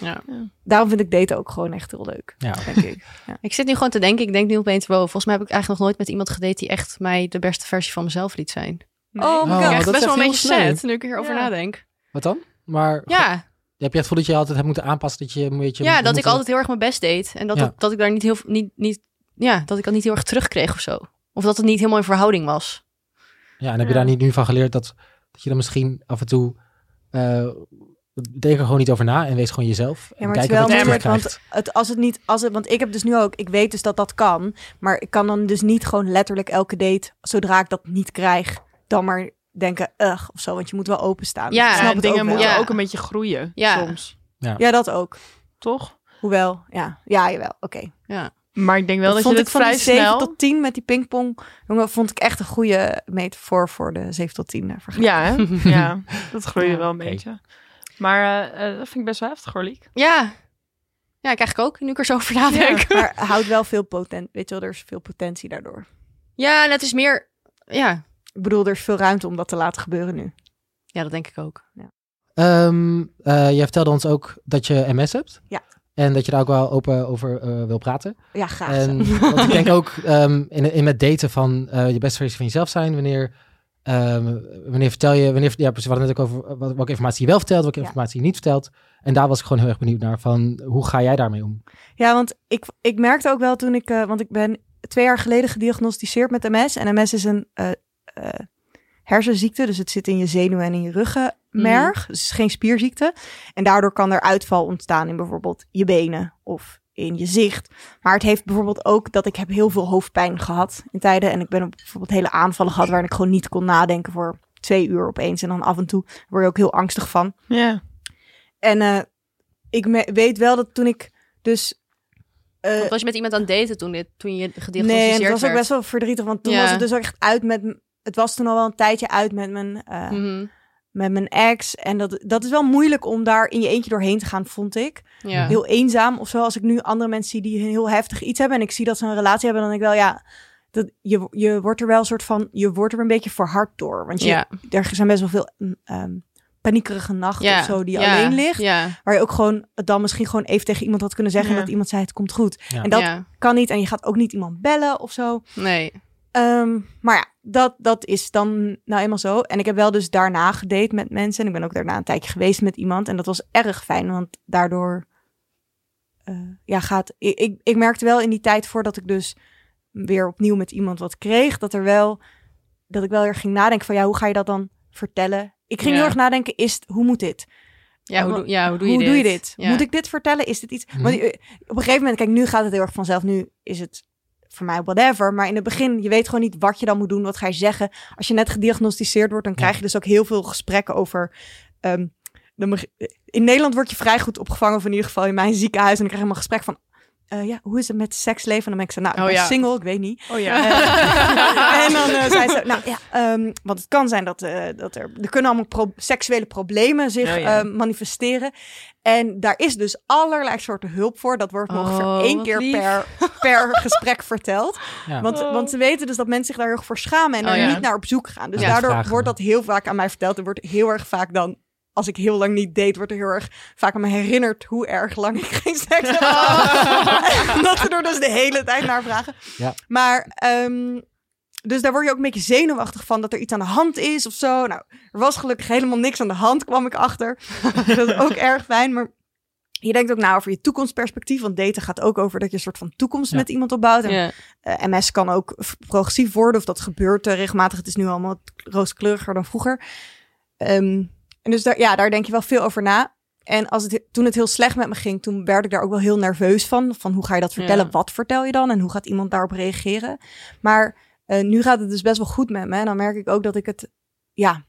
S4: Ja.
S3: daarom vind ik daten ook gewoon echt heel leuk.
S1: Ja.
S3: denk ik. Ja.
S4: Ik zit nu gewoon te denken, ik denk nu opeens, wow, volgens mij heb ik eigenlijk nog nooit met iemand gedate die echt mij de beste versie van mezelf liet zijn.
S3: Oh my
S1: Oh,
S3: god.
S1: dat
S4: echt
S1: is
S4: best wel
S1: echt
S4: een
S1: heel
S4: beetje
S1: sneu.
S4: sad, nu ik erover
S3: Ja.
S4: nadenk.
S1: Wat dan? Maar
S4: Ja,
S1: heb je het gevoel dat je altijd hebt moeten aanpassen? Dat je een beetje
S4: ja
S1: moet-
S4: dat
S1: moet-
S4: ik altijd heel erg mijn best deed. En dat,
S1: Ja.
S4: dat, dat ik daar niet heel... Niet, niet, ja, dat ik dat niet heel erg terugkreeg of zo. Of dat het niet helemaal in verhouding was.
S1: Ja, en heb je
S2: Ja.
S1: daar niet nu van geleerd dat, dat je dan misschien af en toe... eh denk er gewoon niet over na en wees gewoon jezelf.
S3: Ja,
S1: En
S3: maar het is
S1: kijken
S3: wel
S1: wat je
S3: moeilijk,
S1: terugkrijgt.
S3: want het, als het niet, als het, want ik heb dus nu ook, ik weet dus dat dat kan, maar ik kan dan dus niet gewoon letterlijk elke date, zodra ik dat niet krijg, dan maar denken, ugh, of zo, want je moet wel openstaan.
S4: Ja,
S3: Ik snap
S2: Ja,
S3: het
S2: dingen
S3: ook wel.
S2: moeten
S4: Ja.
S2: ook een beetje groeien
S4: Ja.
S2: soms,
S3: Ja, dat ook.
S2: toch?
S3: Hoewel, ja, ja, jawel, oké.
S4: Ja.
S2: Maar ik denk wel
S3: Dat
S2: dat,
S3: vond
S2: je
S3: ik
S2: dit
S3: van
S2: vrij
S3: die 7
S2: snel...
S3: tot 10 met die pingpong, jongen, vond ik echt een goede metafoor voor de 7 tot 10 vergelijking.
S2: Ja, hè? ja, dat groeide
S4: Ja,
S2: wel een
S1: oké.
S2: beetje. Maar eh, eh, dat vind ik best wel heftig hoor, Liek.
S4: Ja. Ja, ik eigenlijk ook, nu ik er zo over nadenk. Ja,
S3: Maar houdt wel veel potentie, weet je wel, er is veel potentie daardoor.
S4: en het is meer... Ja.
S3: Ik bedoel, er is veel ruimte om dat te laten gebeuren nu.
S4: ja, dat denk ik ook.
S1: Ehm, eh, jij vertelde ons ook dat je MS hebt.
S3: Ja.
S1: En dat je daar ook wel open over eh, wil praten.
S3: Ja, graag. zo.
S1: En want ik denk ook ehm, in, in met daten van eh, je beste versie van jezelf zijn. Wanneer, ehm, wanneer vertel je, wanneer, ja, precies, we hadden net ook over wat, welke informatie je wel vertelt, welke
S3: Ja.
S1: informatie je niet vertelt. En daar was ik gewoon heel erg benieuwd naar van hoe ga jij daarmee om?
S3: Ja, want ik, ik merkte ook wel toen ik, eh, want ik ben twee jaar geleden gediagnosticeerd met MS. En MS is een eh, eh, hersenziekte, dus het zit in je zenuwen en in je ruggenmerg. Dus het is geen spierziekte. En daardoor kan er uitval ontstaan in bijvoorbeeld je benen of in je zicht. Maar het heeft bijvoorbeeld ook dat ik heb heel veel hoofdpijn gehad in tijden. En ik ben op bijvoorbeeld hele aanvallen gehad waarin ik gewoon niet kon nadenken voor twee uur opeens. En dan af en toe word je ook heel angstig van.
S2: Ja.
S3: En eh, ik me- weet wel dat toen ik dus. eh,
S4: Want was je met iemand aan het daten toen, dit, toen je gediagnosticeerd
S3: nee, en het was ook
S4: werd?
S3: best wel verdrietig. Want toen
S4: Ja.
S3: was het dus ook echt uit met. m- Het was toen al wel een tijdje uit met mijn, eh,
S4: Mhm.
S3: met mijn ex. En dat, dat is wel moeilijk om daar in je eentje doorheen te gaan, vond ik.
S4: Ja.
S3: Heel eenzaam of zo. Als ik nu andere mensen zie die een heel heftig iets hebben. en ik zie dat ze een relatie hebben, dan denk ik wel ja. Dat, je, je wordt er wel een soort van. Je wordt er een beetje verhard door. Want je,
S4: Ja.
S3: er zijn best wel veel. mm, ehm, paniekerige nachten
S4: Ja.
S3: of zo die
S4: Ja.
S3: alleen ligt.
S4: Ja.
S3: Waar je ook gewoon het dan misschien gewoon even tegen iemand had kunnen zeggen.
S2: Ja.
S3: En dat iemand zei het komt goed.
S1: Ja.
S3: En dat
S4: Ja.
S3: kan niet. En je gaat ook niet iemand bellen of zo.
S4: Nee.
S3: Ehm, maar ja, dat, dat is dan nou eenmaal zo. En ik heb wel dus daarna gedate met mensen. En ik ben ook daarna een tijdje geweest met iemand. En dat was erg fijn. Want daardoor eh, ja, gaat. Ik, ik, ik merkte wel in die tijd voordat ik dus weer opnieuw met iemand wat kreeg. Dat er wel dat ik wel weer ging nadenken van ja, hoe ga je dat dan vertellen? Ik ging
S4: Ja.
S3: heel erg nadenken, is het- hoe moet dit?
S4: Ja, hoe, doe- ja, Nou, hoe doe je dit? Ja.
S3: Moet ik dit vertellen? Is dit iets?
S1: Mhm.
S3: Want eh, op een gegeven moment, kijk, nu gaat het heel erg vanzelf. Nu is het voor mij whatever. Maar in het begin, je weet gewoon niet wat je dan moet doen. Wat ga je zeggen? Als je net gediagnosticeerd wordt, dan krijg je dus ook heel veel gesprekken over. ehm, dan mag- in Nederland word je vrij goed opgevangen, of in ieder geval in mijn ziekenhuis. En dan krijg je helemaal gesprek van. eh, ja, hoe is het met seksleven? En dan ben ik zo, nou, ik
S2: Oh,
S3: ben
S2: ja.
S3: single, ik weet niet.
S2: Oh ja.
S3: Eh, en dan eh, zei ze, nou ja, ehm, want het kan zijn dat, eh, dat er, er kunnen allemaal pro- seksuele problemen zich
S2: Ja, ja.
S3: eh, manifesteren. En daar is dus allerlei soorten hulp voor. Dat wordt me
S4: Oh,
S3: ongeveer één
S4: wat
S3: keer
S4: lief.
S3: per, per gesprek verteld.
S1: Ja.
S3: Want,
S2: Oh.
S3: want ze weten dus dat mensen zich daar heel erg voor schamen en
S4: Oh,
S3: er
S4: ja.
S3: niet naar op zoek gaan. Dus
S1: Ja,
S3: daardoor
S1: vragen.
S3: wordt dat heel vaak aan mij verteld. Er wordt heel erg vaak dan, als ik heel lang niet date, wordt er heel erg vaak aan me herinnerd hoe erg lang ik geen seks heb. gehad. Omdat ze er dus de hele tijd naar vragen.
S1: Ja.
S3: Maar, ehm, dus daar word je ook een beetje zenuwachtig van dat er iets aan de hand is of zo. Nou, er was gelukkig helemaal niks aan de hand, kwam ik achter. dat is ook erg fijn, maar... Je denkt ook na over je toekomstperspectief. Want daten gaat ook over dat je een soort van toekomst
S1: Ja.
S3: met iemand opbouwt. En
S4: Ja.
S3: eh, MS kan ook v- progressief worden, of dat gebeurt eh, regelmatig. Het is nu allemaal rooskleuriger dan vroeger. Ehm, en dus daar, ja, daar denk je wel veel over na. En als het, toen het heel slecht met me ging, toen werd ik daar ook wel heel nerveus van. Van hoe ga je dat vertellen?
S4: Ja.
S3: Wat vertel je dan? En hoe gaat iemand daarop reageren? Maar eh, nu gaat het dus best wel goed met me. En dan merk ik ook dat ik het, ja,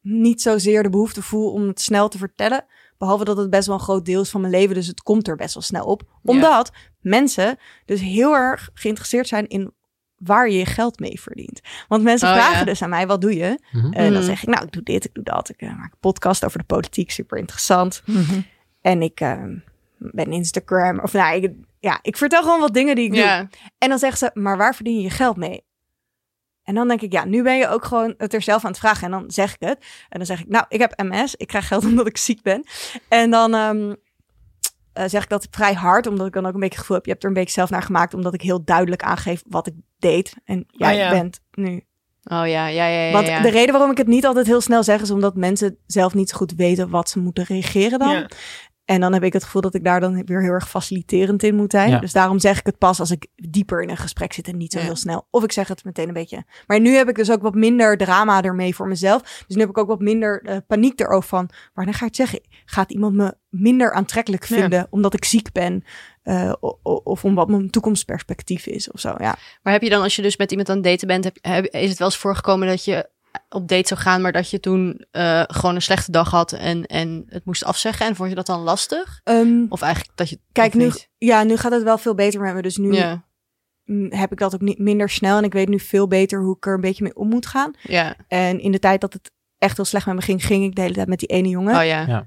S3: niet zozeer de behoefte voel om het snel te vertellen. Behalve dat het best wel een groot deel is van mijn leven. Dus het komt er best wel snel op. Omdat mensen dus heel erg geïnteresseerd zijn in waar je je geld mee verdient. Want mensen
S4: Oh,
S3: vragen
S4: ja.
S3: dus aan mij, wat doe je?
S1: Mhm.
S3: En dan
S4: Mm.
S3: zeg ik, nou, ik doe dit, ik doe dat. Ik eh, maak een podcast over de politiek, super interessant. En ik eh, ben Instagram. Of nou, ik, ja, ik vertel gewoon wat dingen die ik doe.
S4: Ja.
S3: En dan zeggen ze, maar waar verdien je je geld mee? En dan denk ik, ja, nu ben je ook gewoon het er zelf aan het vragen. En dan zeg ik het. En dan zeg ik, nou, ik heb MS. Ik krijg geld omdat ik ziek ben. En dan ehm, eh, zeg ik dat vrij hard, omdat ik dan ook een beetje het gevoel heb, je hebt er een beetje zelf naar gemaakt, omdat ik heel duidelijk aangeef wat ik deed. En jij
S2: ja.
S3: bent nu.
S4: Oh ja, ja, ja, ja.
S3: Want
S4: ja.
S3: de reden waarom ik het niet altijd heel snel zeg, is omdat mensen zelf niet zo goed weten wat ze moeten reageren dan.
S2: Ja.
S3: En dan heb ik het gevoel dat ik daar dan weer heel erg faciliterend in moet zijn.
S1: Ja.
S3: Dus daarom zeg ik het pas als ik dieper in een gesprek zit en niet zo
S4: Ja.
S3: heel snel. Of ik zeg het meteen een beetje. Maar nu heb ik dus ook wat minder drama ermee voor mezelf. Dus nu heb ik ook wat minder eh, paniek erover van. Maar dan ga ik het zeggen. Gaat iemand me minder aantrekkelijk
S2: Ja.
S3: vinden omdat ik ziek ben? Eh, o- o- of om wat mijn toekomstperspectief is of zo. Ja.
S4: Maar heb je dan, als je dus met iemand aan het daten bent, heb, heb- is het wel eens voorgekomen dat je op date zou gaan, maar dat je toen eh, gewoon een slechte dag had en, en het moest afzeggen? En vond je dat dan lastig?
S3: Ehm,
S4: Of eigenlijk dat je.
S3: kijk,
S4: of
S3: nu,
S4: niet?
S3: ja, nu gaat het wel veel beter met me. Dus nu
S4: Ja,
S3: mm, heb ik dat ook niet minder snel. En ik weet nu veel beter hoe ik er een beetje mee om moet gaan.
S4: ja.
S3: En in de tijd dat het echt heel slecht met me ging, ging ik de hele tijd met die ene jongen.
S4: Oh ja.
S1: Ja.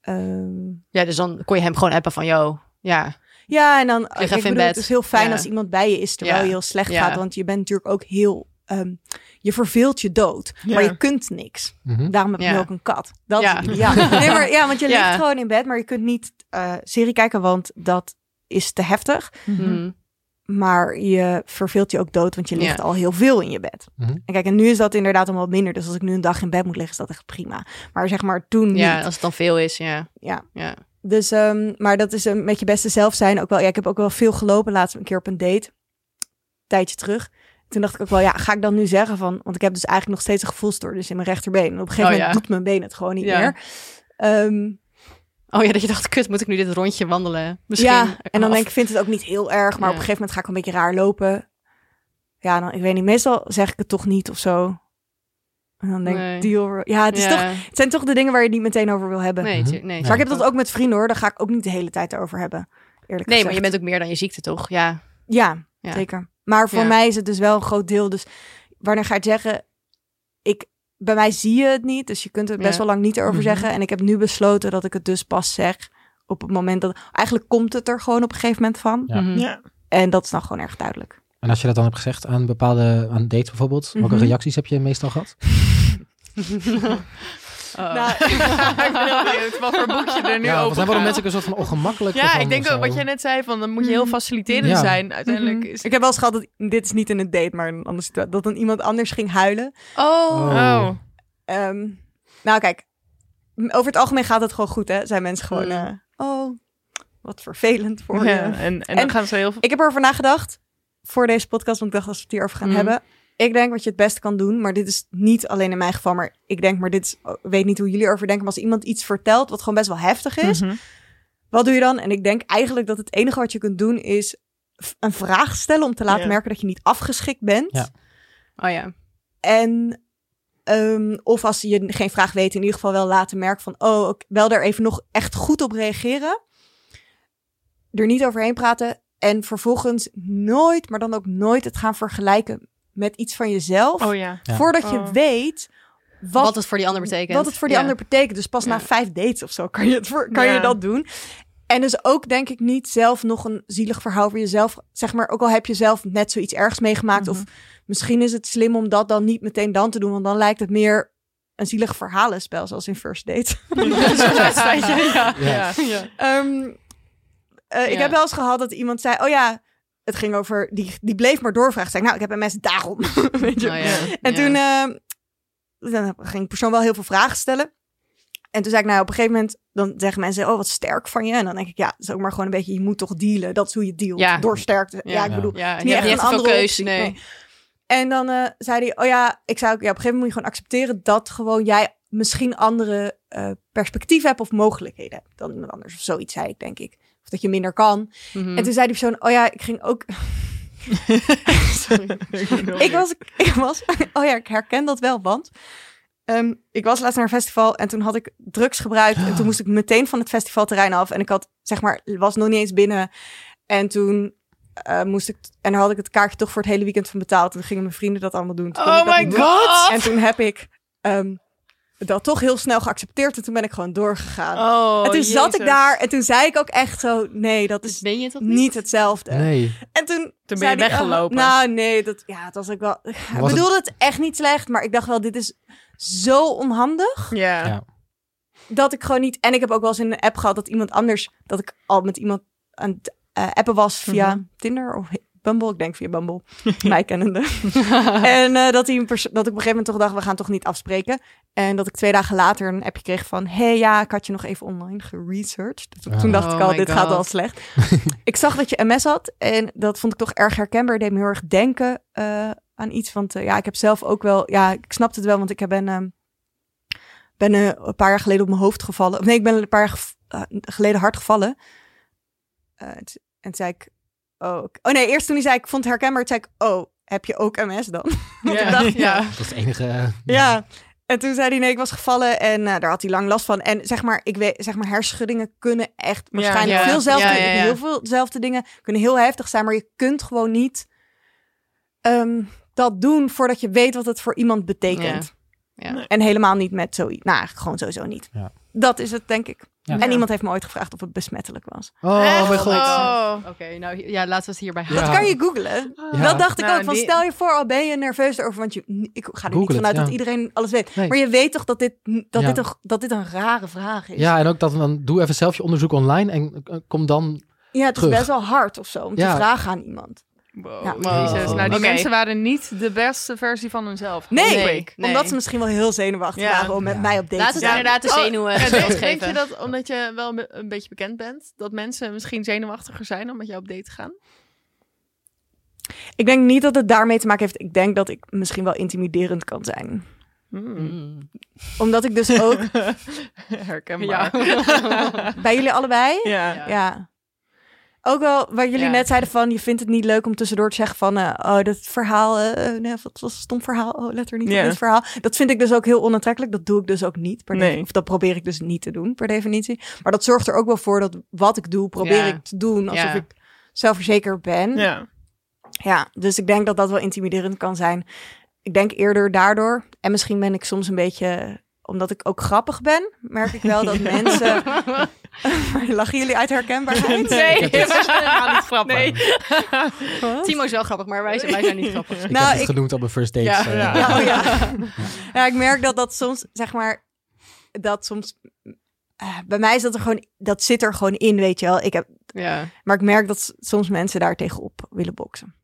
S3: Ehm,
S4: Ja, dus dan kon je hem gewoon appen van, yo, ja.
S3: ja, en dan ik
S4: even in
S3: bedoel,
S4: bed.
S3: het is heel fijn
S4: Ja.
S3: als iemand bij je is terwijl
S4: Ja.
S3: je heel slecht
S4: Ja.
S3: gaat, want je bent natuurlijk ook heel ehm, je verveelt je dood,
S2: Ja.
S3: maar je kunt niks.
S1: Mhm.
S3: Daarom heb je
S4: Ja.
S3: ook een kat. Dat
S4: Ja.
S3: ja. ja. Nee, maar, ja, want je
S4: Ja.
S3: ligt gewoon in bed, maar je kunt niet eh, serie kijken, want dat is te heftig.
S4: Mhm.
S3: Maar je verveelt je ook dood, want je ligt
S4: Ja.
S3: al heel veel in je bed.
S1: Mhm.
S3: En kijk, en nu is dat inderdaad allemaal wat minder. Dus als ik nu een dag in bed moet liggen, is dat echt prima. Maar zeg maar toen
S4: Ja,
S3: niet.
S4: als het dan veel is, ja.
S3: Ja.
S4: Ja.
S3: Dus, ehm, maar dat is een met je beste zelf zijn ook wel. Ja, ik heb ook wel veel gelopen laatst een keer op een date. Een tijdje terug. Toen dacht ik ook wel, ja, ga ik dan nu zeggen van... Want ik heb dus eigenlijk nog steeds een gevoelsstoornis in mijn rechterbeen. En op een gegeven
S4: Oh,
S3: moment
S4: ja.
S3: doet mijn been het gewoon niet
S4: Ja.
S3: meer. Ehm,
S4: Oh ja, dat je dacht, kut, moet ik nu dit rondje wandelen? Misschien.
S3: ja, en dan
S4: Of-
S3: denk ik, vind het ook niet heel erg. Maar
S4: Ja.
S3: op een gegeven moment ga ik een beetje raar lopen. Ja, dan, ik weet niet, meestal zeg ik het toch niet of zo. En dan denk
S4: Nee.
S3: ik, deal. Ja, het, is
S4: Ja.
S3: toch, het zijn toch de dingen waar je het niet meteen over wil hebben.
S4: Nee,
S1: Mhm.
S4: tuur- nee.
S1: Maar
S3: Maar ik
S4: tuur-
S3: heb dat ook met vrienden hoor. Daar ga ik ook niet de hele tijd over hebben. Eerlijk
S4: Nee, maar
S3: gezegd.
S4: je bent ook meer dan je ziekte, toch? Ja.
S3: Ja,
S4: Ja.
S3: zeker. Maar voor
S4: Ja.
S3: mij is het dus wel een groot deel. Dus wanneer ga je het zeggen? Ik, bij mij zie je het niet, dus je kunt het best
S4: Ja.
S3: wel lang niet erover
S1: Mhm.
S3: zeggen. En ik heb nu besloten dat ik het dus pas zeg op het moment dat... Eigenlijk komt het er gewoon op een gegeven moment van.
S1: Ja.
S4: Mhm.
S2: Ja.
S3: En dat is dan gewoon erg duidelijk.
S1: En als je dat dan hebt gezegd aan bepaalde aan dates bijvoorbeeld, welke
S3: Mhm.
S1: reacties heb je meestal gehad?
S4: Oh.
S2: Nou, ik ben heel benieuwd wat voor dus- boekje er nu
S1: ja, want
S2: open
S1: daar worden
S2: gaat.
S1: mensen ook een soort van ongemakkelijk
S2: Ja,
S1: van
S2: ik denk
S1: of
S2: ook wat
S1: zo.
S2: jij net zei, van dan moet je heel
S4: Mhm.
S2: Dus, faciliterend
S1: Ja.
S2: zijn. Uiteindelijk
S3: Mhm.
S2: is
S3: Ik heb wel eens gehad dat, dit is niet in een date, maar in een andere situatie, dat dan iemand anders ging huilen.
S4: Oh.
S2: Oh.
S3: Ehm, nou kijk, m- over het algemeen gaat het gewoon goed hè. Zijn mensen gewoon,
S4: Mm.
S3: eh, oh, wat vervelend voor
S2: Mhm. Oh, Ja,
S3: je.
S2: en, en dan
S3: En-
S2: gaan ze heel veel...
S3: Ik heb erover nagedacht voor deze podcast, want ik dacht als we het hierover gaan
S4: Mhm.
S3: hebben. ik denk wat je het beste kan doen, maar dit is niet alleen in mijn geval, maar ik denk, maar dit is, ik weet niet hoe jullie erover denken, maar als iemand iets vertelt wat gewoon best wel heftig is,
S5: Mhm.
S3: wat doe je dan? En ik denk eigenlijk dat het enige wat je kunt doen is f- een vraag stellen om te laten
S5: Ja.
S3: merken dat je niet afgeschikt bent.
S1: Ja.
S4: Oh ja.
S3: En ehm, of als je geen vraag weet, in ieder geval wel laten merken van, oh, ik- wel daar even nog echt goed op reageren. Er niet overheen praten en vervolgens nooit, maar dan ook nooit het gaan vergelijken met iets van jezelf.
S2: Oh ja.
S1: Ja.
S3: Voordat
S2: Oh.
S3: je weet
S4: Wat,
S3: wat,
S4: het voor die ander betekent.
S3: wat het voor die
S4: Ja.
S3: ander betekent. Dus pas
S4: Ja.
S3: na vijf dates of zo kan je, het voor, kan
S2: Ja.
S3: je dat doen. En dus ook denk ik niet zelf nog een zielig verhaal voor jezelf. Zeg maar, ook al heb je zelf net zoiets ergs meegemaakt. Of misschien is het slim om dat dan niet meteen dan te doen. Want dan lijkt het meer een zielig verhalenspel, zoals in First Date.
S2: ja.
S1: Ja.
S3: Ehm, eh, Ik
S4: Ja.
S3: heb wel eens gehad dat iemand zei, oh ja, het ging over, die, die bleef maar doorvragen. Zei ik, nou, ik heb een mes daarom. Weet je?
S4: Oh ja.
S3: En
S4: Ja.
S3: toen eh, dan ging ik persoon wel heel veel vragen stellen. En toen zei ik, nou, op een gegeven moment, dan zeggen mensen, oh, wat sterk van je. En dan denk ik, ja, dat is ook maar gewoon een beetje, je moet toch dealen. Dat is hoe je dealt,
S4: Ja.
S3: door sterkte. Ja,
S4: Ja.
S3: ik bedoel.
S4: Ja,
S3: is
S4: niet
S3: niet echt een
S4: echt veel
S3: andere
S4: keus.
S3: optie,
S4: Nee.
S3: nee. En dan eh, zei hij, oh ja, ik zou ook, ja, op een gegeven moment moet je gewoon accepteren dat gewoon jij misschien andere eh, perspectieven hebt of mogelijkheden hebt dan iemand anders. Of zoiets zei ik, denk ik. Of dat je minder kan.
S4: Mhm.
S3: En toen zei die persoon, oh ja, ik ging ook ik was, ik was, oh ja, ik herken dat wel, want ehm, ik was laatst naar een festival en toen had ik drugs gebruikt en toen moest ik meteen van het festivalterrein af en ik had, zeg maar, was nog niet eens binnen en toen eh, moest ik, en daar had ik het kaartje toch voor het hele weekend van betaald en toen gingen mijn vrienden dat allemaal doen. Toen kon ik dat
S2: Oh my
S3: niet doen.
S2: god.
S3: En toen heb ik ehm, dat toch heel snel geaccepteerd en toen ben ik gewoon doorgegaan.
S2: Oh,
S3: en toen zat ik
S2: Jezus.
S3: daar en toen zei ik ook echt zo, nee, dat is
S4: Ben je dat niet?
S3: niet hetzelfde.
S1: Nee.
S3: En toen,
S2: Toen ben
S3: zei
S2: je
S3: die, oh,
S2: weggelopen.
S3: nou, nee, dat, ja, het was ook wel. ik
S1: het-
S3: bedoelde het echt niet slecht, maar ik dacht wel, dit is zo onhandig
S2: Ja.
S1: Ja.
S3: dat ik gewoon niet. En ik heb ook wel eens in een app gehad dat iemand anders, dat ik al met iemand aan het eh, appen was via Tinder of Bumble, ik denk via Bumble, mij kennende. en eh, dat, hij een perso- dat ik op een gegeven moment toch dacht, we gaan toch niet afspreken. En dat ik twee dagen later een appje kreeg van, hey, ja, ik had je nog even online geresearched. Dus
S1: Ah.
S3: Toen dacht ik
S4: Oh
S3: al,
S4: my
S3: dit
S4: God.
S3: gaat al slecht. ik zag dat je MS had en dat vond ik toch erg herkenbaar. Het deed me heel erg denken eh, aan iets, want eh, ja, ik heb zelf ook wel, ja, ik snapte het wel, want ik heb een... ehm, ben eh, een paar jaar geleden op mijn hoofd gevallen. Of nee, ik ben een paar jaar gev- eh, geleden hard gevallen. Eh, en t- en toen zei ik, oh, oké. oh nee, eerst toen hij zei, ik vond het herkenbaar, toen zei ik, oh, heb je ook MS dan?
S2: Ja.
S3: ik dacht, ja.
S1: Dat is het enige. eh,
S3: ja. En toen zei hij, nee, ik was gevallen en eh, daar had hij lang last van. En zeg maar, ik weet, zeg maar, hersenschuddingen kunnen echt
S2: Ja,
S3: waarschijnlijk
S4: ja.
S3: veel zelfde,
S4: Ja, ja, ja.
S3: heel veel zelfde dingen kunnen heel heftig zijn, maar je kunt gewoon niet ehm, dat doen voordat je weet wat het voor iemand betekent.
S4: Ja. Nee.
S3: En helemaal niet met zoiets. Nou, eigenlijk gewoon sowieso niet.
S1: Ja.
S3: Dat is het, denk ik.
S1: Ja.
S3: En
S2: Ja.
S3: iemand heeft me ooit gevraagd of het besmettelijk was.
S1: Oh,
S2: Echt?
S1: mijn god.
S2: Oh.
S4: Oké, nou hi- ja, laten we het hierbij
S1: Ja.
S3: Dat
S4: houden.
S3: kan je googlen.
S1: Ja.
S3: Dat dacht ik
S2: Nou,
S3: ook. Van,
S2: die-
S3: Stel je voor, al ben je nerveus erover. Want je, ik ga er
S1: Google het,
S3: niet vanuit
S1: ja.
S3: dat iedereen alles weet.
S1: Nee.
S3: Maar je weet toch dat dit, dat,
S1: Ja.
S3: dit een, dat dit een rare vraag is.
S1: Ja, en ook dat dan doe even zelf je onderzoek online en eh, kom dan.
S3: Ja, het is
S1: terug.
S3: best wel hard of zo om
S1: Ja.
S3: te vragen aan iemand.
S2: Wow.
S3: Ja.
S1: Wow.
S2: Jezus. Nou, die
S4: Oké.
S2: mensen waren niet de beste versie van hunzelf.
S3: Nee,
S2: hoop
S4: Nee.
S2: ik.
S3: omdat ze misschien wel heel zenuwachtig
S2: Ja.
S3: waren om met
S1: Ja.
S3: mij op date
S4: Laat
S3: te
S4: het
S3: gaan.
S4: inderdaad de
S2: Oh,
S4: zenuwen
S2: En
S4: geld
S2: denk, denk
S4: eh, geven.
S2: je dat omdat je wel een- een beetje bekend bent, dat mensen misschien zenuwachtiger zijn om met jou op date te gaan?
S3: Ik denk niet dat het daarmee te maken heeft. Ik denk dat ik misschien wel intimiderend kan zijn.
S2: Hmm.
S4: Mm.
S3: Omdat ik dus ook
S2: Herkenbaar.
S3: bij jullie allebei...
S2: Ja.
S4: Ja.
S3: Ja. Ook wel wat jullie
S4: Ja.
S3: net zeiden van, je vindt het niet leuk om tussendoor te zeggen van, eh, oh, dat verhaal, eh, eh, nee, dat was een stom verhaal, oh, let er niet
S2: Ja.
S3: op dit verhaal. Dat vind ik dus ook heel onaantrekkelijk. Dat doe ik dus ook niet. Per
S2: Nee.
S3: defi- Of dat probeer ik dus niet te doen, per definitie. Maar dat zorgt er ook wel voor dat wat ik doe, probeer
S4: Ja.
S3: ik te doen alsof
S4: Ja.
S3: ik zelfverzekerd ben. Ja.
S2: Ja.
S3: dus ik denk dat dat wel intimiderend kan zijn. Ik denk eerder daardoor, en misschien ben ik soms een beetje omdat ik ook grappig ben, merk ik wel dat mensen... Lachen jullie uit herkenbaarheid?
S1: ik heb dit-
S2: helemaal niet grappig. Nee.
S4: Timo is wel grappig, maar wij zijn, wij zijn niet grappig.
S1: Ik
S3: Nou,
S1: heb het
S3: ik-
S1: genoemd op mijn first date.
S4: Ja,
S1: eh,
S2: ja.
S3: Ja, oh ja. ja, ik merk dat dat soms, zeg maar, dat soms. eh, bij mij is dat er gewoon, dat zit er gewoon in, weet je wel. Ik heb,
S4: Ja.
S3: maar ik merk dat s- soms mensen daar tegenop willen boksen.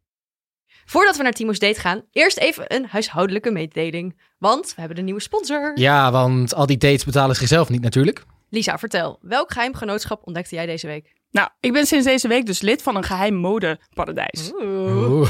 S4: Voordat we naar Timo's date gaan, eerst even een huishoudelijke mededeling. Want we hebben een nieuwe sponsor.
S1: Ja, want al die dates betalen zichzelf niet natuurlijk.
S4: Lisa, vertel. Welk geheim genootschap ontdekte jij deze week?
S2: Hmm. Nou, ik ben sinds deze week dus lid van een geheim modeparadijs.
S1: Oeh.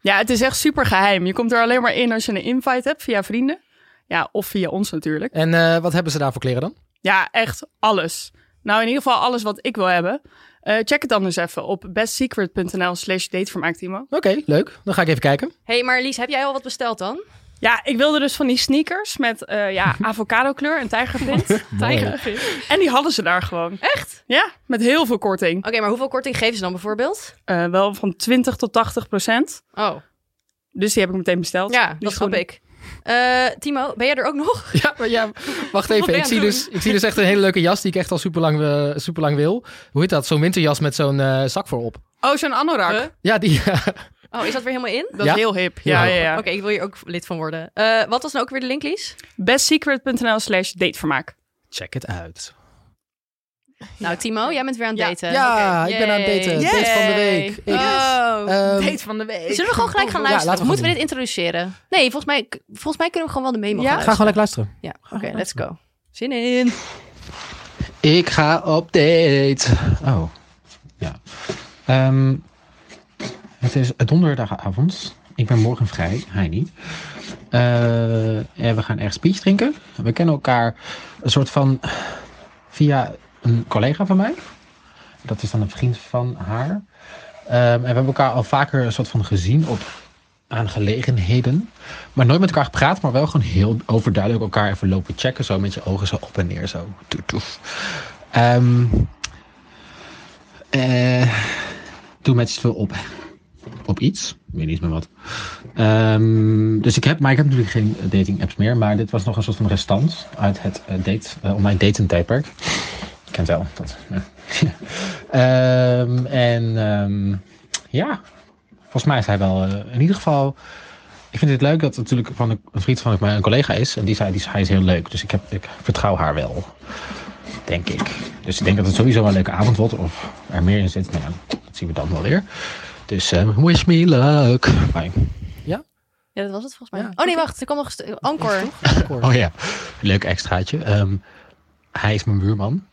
S2: Ja, het is echt super geheim. Je komt er alleen maar in als je een invite hebt via vrienden. Ja, of via ons natuurlijk.
S1: En eh, wat hebben ze daar voor kleren dan?
S2: Ja, echt alles. Nou, in ieder geval alles wat ik wil hebben. Eh, check het dan eens even op bestsecret.nl slash datevermaakt
S1: Oké, leuk. Dan ga ik even kijken.
S4: hey, maar Lies, heb jij al wat besteld dan?
S2: Ja, ik wilde dus van die sneakers met eh, ja, avocado kleur en tijgerprint.
S4: Tijgervis. Oké,
S2: en die hadden ze daar gewoon. Echt? Ja, met heel veel korting.
S4: maar hoeveel korting geven ze dan bijvoorbeeld?
S2: Eh, wel van 20 tot 80 procent.
S4: Oh,
S2: Dus die heb ik meteen besteld.
S4: ja,
S2: Die
S4: dat snap
S2: schoenen.
S4: ik. Eh, Timo, ben jij er ook nog?
S1: Ja, maar ja, wacht
S4: Wat
S1: even.
S4: ben je
S1: Ik
S4: aan
S1: zie,
S4: het
S1: dus, ik zie dus echt een hele leuke jas die ik echt al super lang, wil. Hoe heet dat? Zo'n winterjas met zo'n eh, zak voorop.
S2: Oh, zo'n anorak.
S4: Huh?
S1: Ja, die.
S4: Oh, is dat weer helemaal in?
S2: Dat
S1: Ja?
S2: is heel hip.
S1: Heel
S2: Ja,
S1: hip.
S2: ja, ja.
S4: Oké, ik wil hier ook lid van worden. Eh, wat was nou ook weer de link, Lies?
S2: Bestsecret.nl slash datevermaak.
S1: Check het uit.
S4: Nou, Timo, jij bent weer aan het
S2: Ja.
S4: daten.
S1: Ja,
S4: Oké,
S1: ik ben aan het
S4: yay.
S1: daten.
S3: Yes.
S1: Date van de week.
S4: Yay.
S1: Ik-
S4: Oh.
S1: Ehm,
S3: van de week.
S4: Zullen we gewoon gelijk gaan
S1: Ja,
S4: luisteren?
S1: laten
S4: of
S1: we
S4: moeten
S1: gaan
S4: we dit introduceren? Nee, volgens mij, volgens mij kunnen we gewoon wel de memo
S2: Ja?
S4: gaan
S1: ga
S4: luisteren.
S1: gewoon lekker luisteren.
S4: Ja, oké, let's go. Zin in.
S5: Ik ga op date. Oh, ja. Ehm, het is donderdagavond. Ik ben morgen vrij, hij niet. Eh, en we gaan ergens speech drinken. We kennen elkaar een soort van via een collega van mij. Dat is dan een vriend van haar. Ehm, en we hebben elkaar al vaker een soort van gezien op aangelegenheden. Maar nooit met elkaar gepraat, maar wel gewoon heel overduidelijk elkaar even lopen checken. Zo met je ogen zo op en neer, zo. Toef, toef. Ehm, eh, toen met z'n veel op. Op iets. Ik weet niet meer wat. Ehm, dus ik heb, maar ik heb natuurlijk geen dating apps meer. Maar dit was nog een soort van restant uit het eh, date, eh, online dating tijdperk. Ik kent wel dat. ja. Ehm, en ehm, ja, volgens mij is hij wel eh, in ieder geval. Ik vind het leuk dat het natuurlijk van een, een vriend van mij een collega is. En die zei, die, hij is heel leuk. Dus ik, heb, ik vertrouw haar wel. Denk ik. Dus ik denk dat het sowieso wel een leuke avond wordt. Of er meer in zit. Nou ja, dat zien we dan wel weer. Dus ehm, wish me luck. Bye.
S4: Ja, dat was het volgens mij.
S1: Ja,
S4: oh nee, wacht. Er kwam nog een stu- encore.
S1: Akkoord.
S5: Oh ja, leuk extraatje. Ehm, hij is mijn buurman.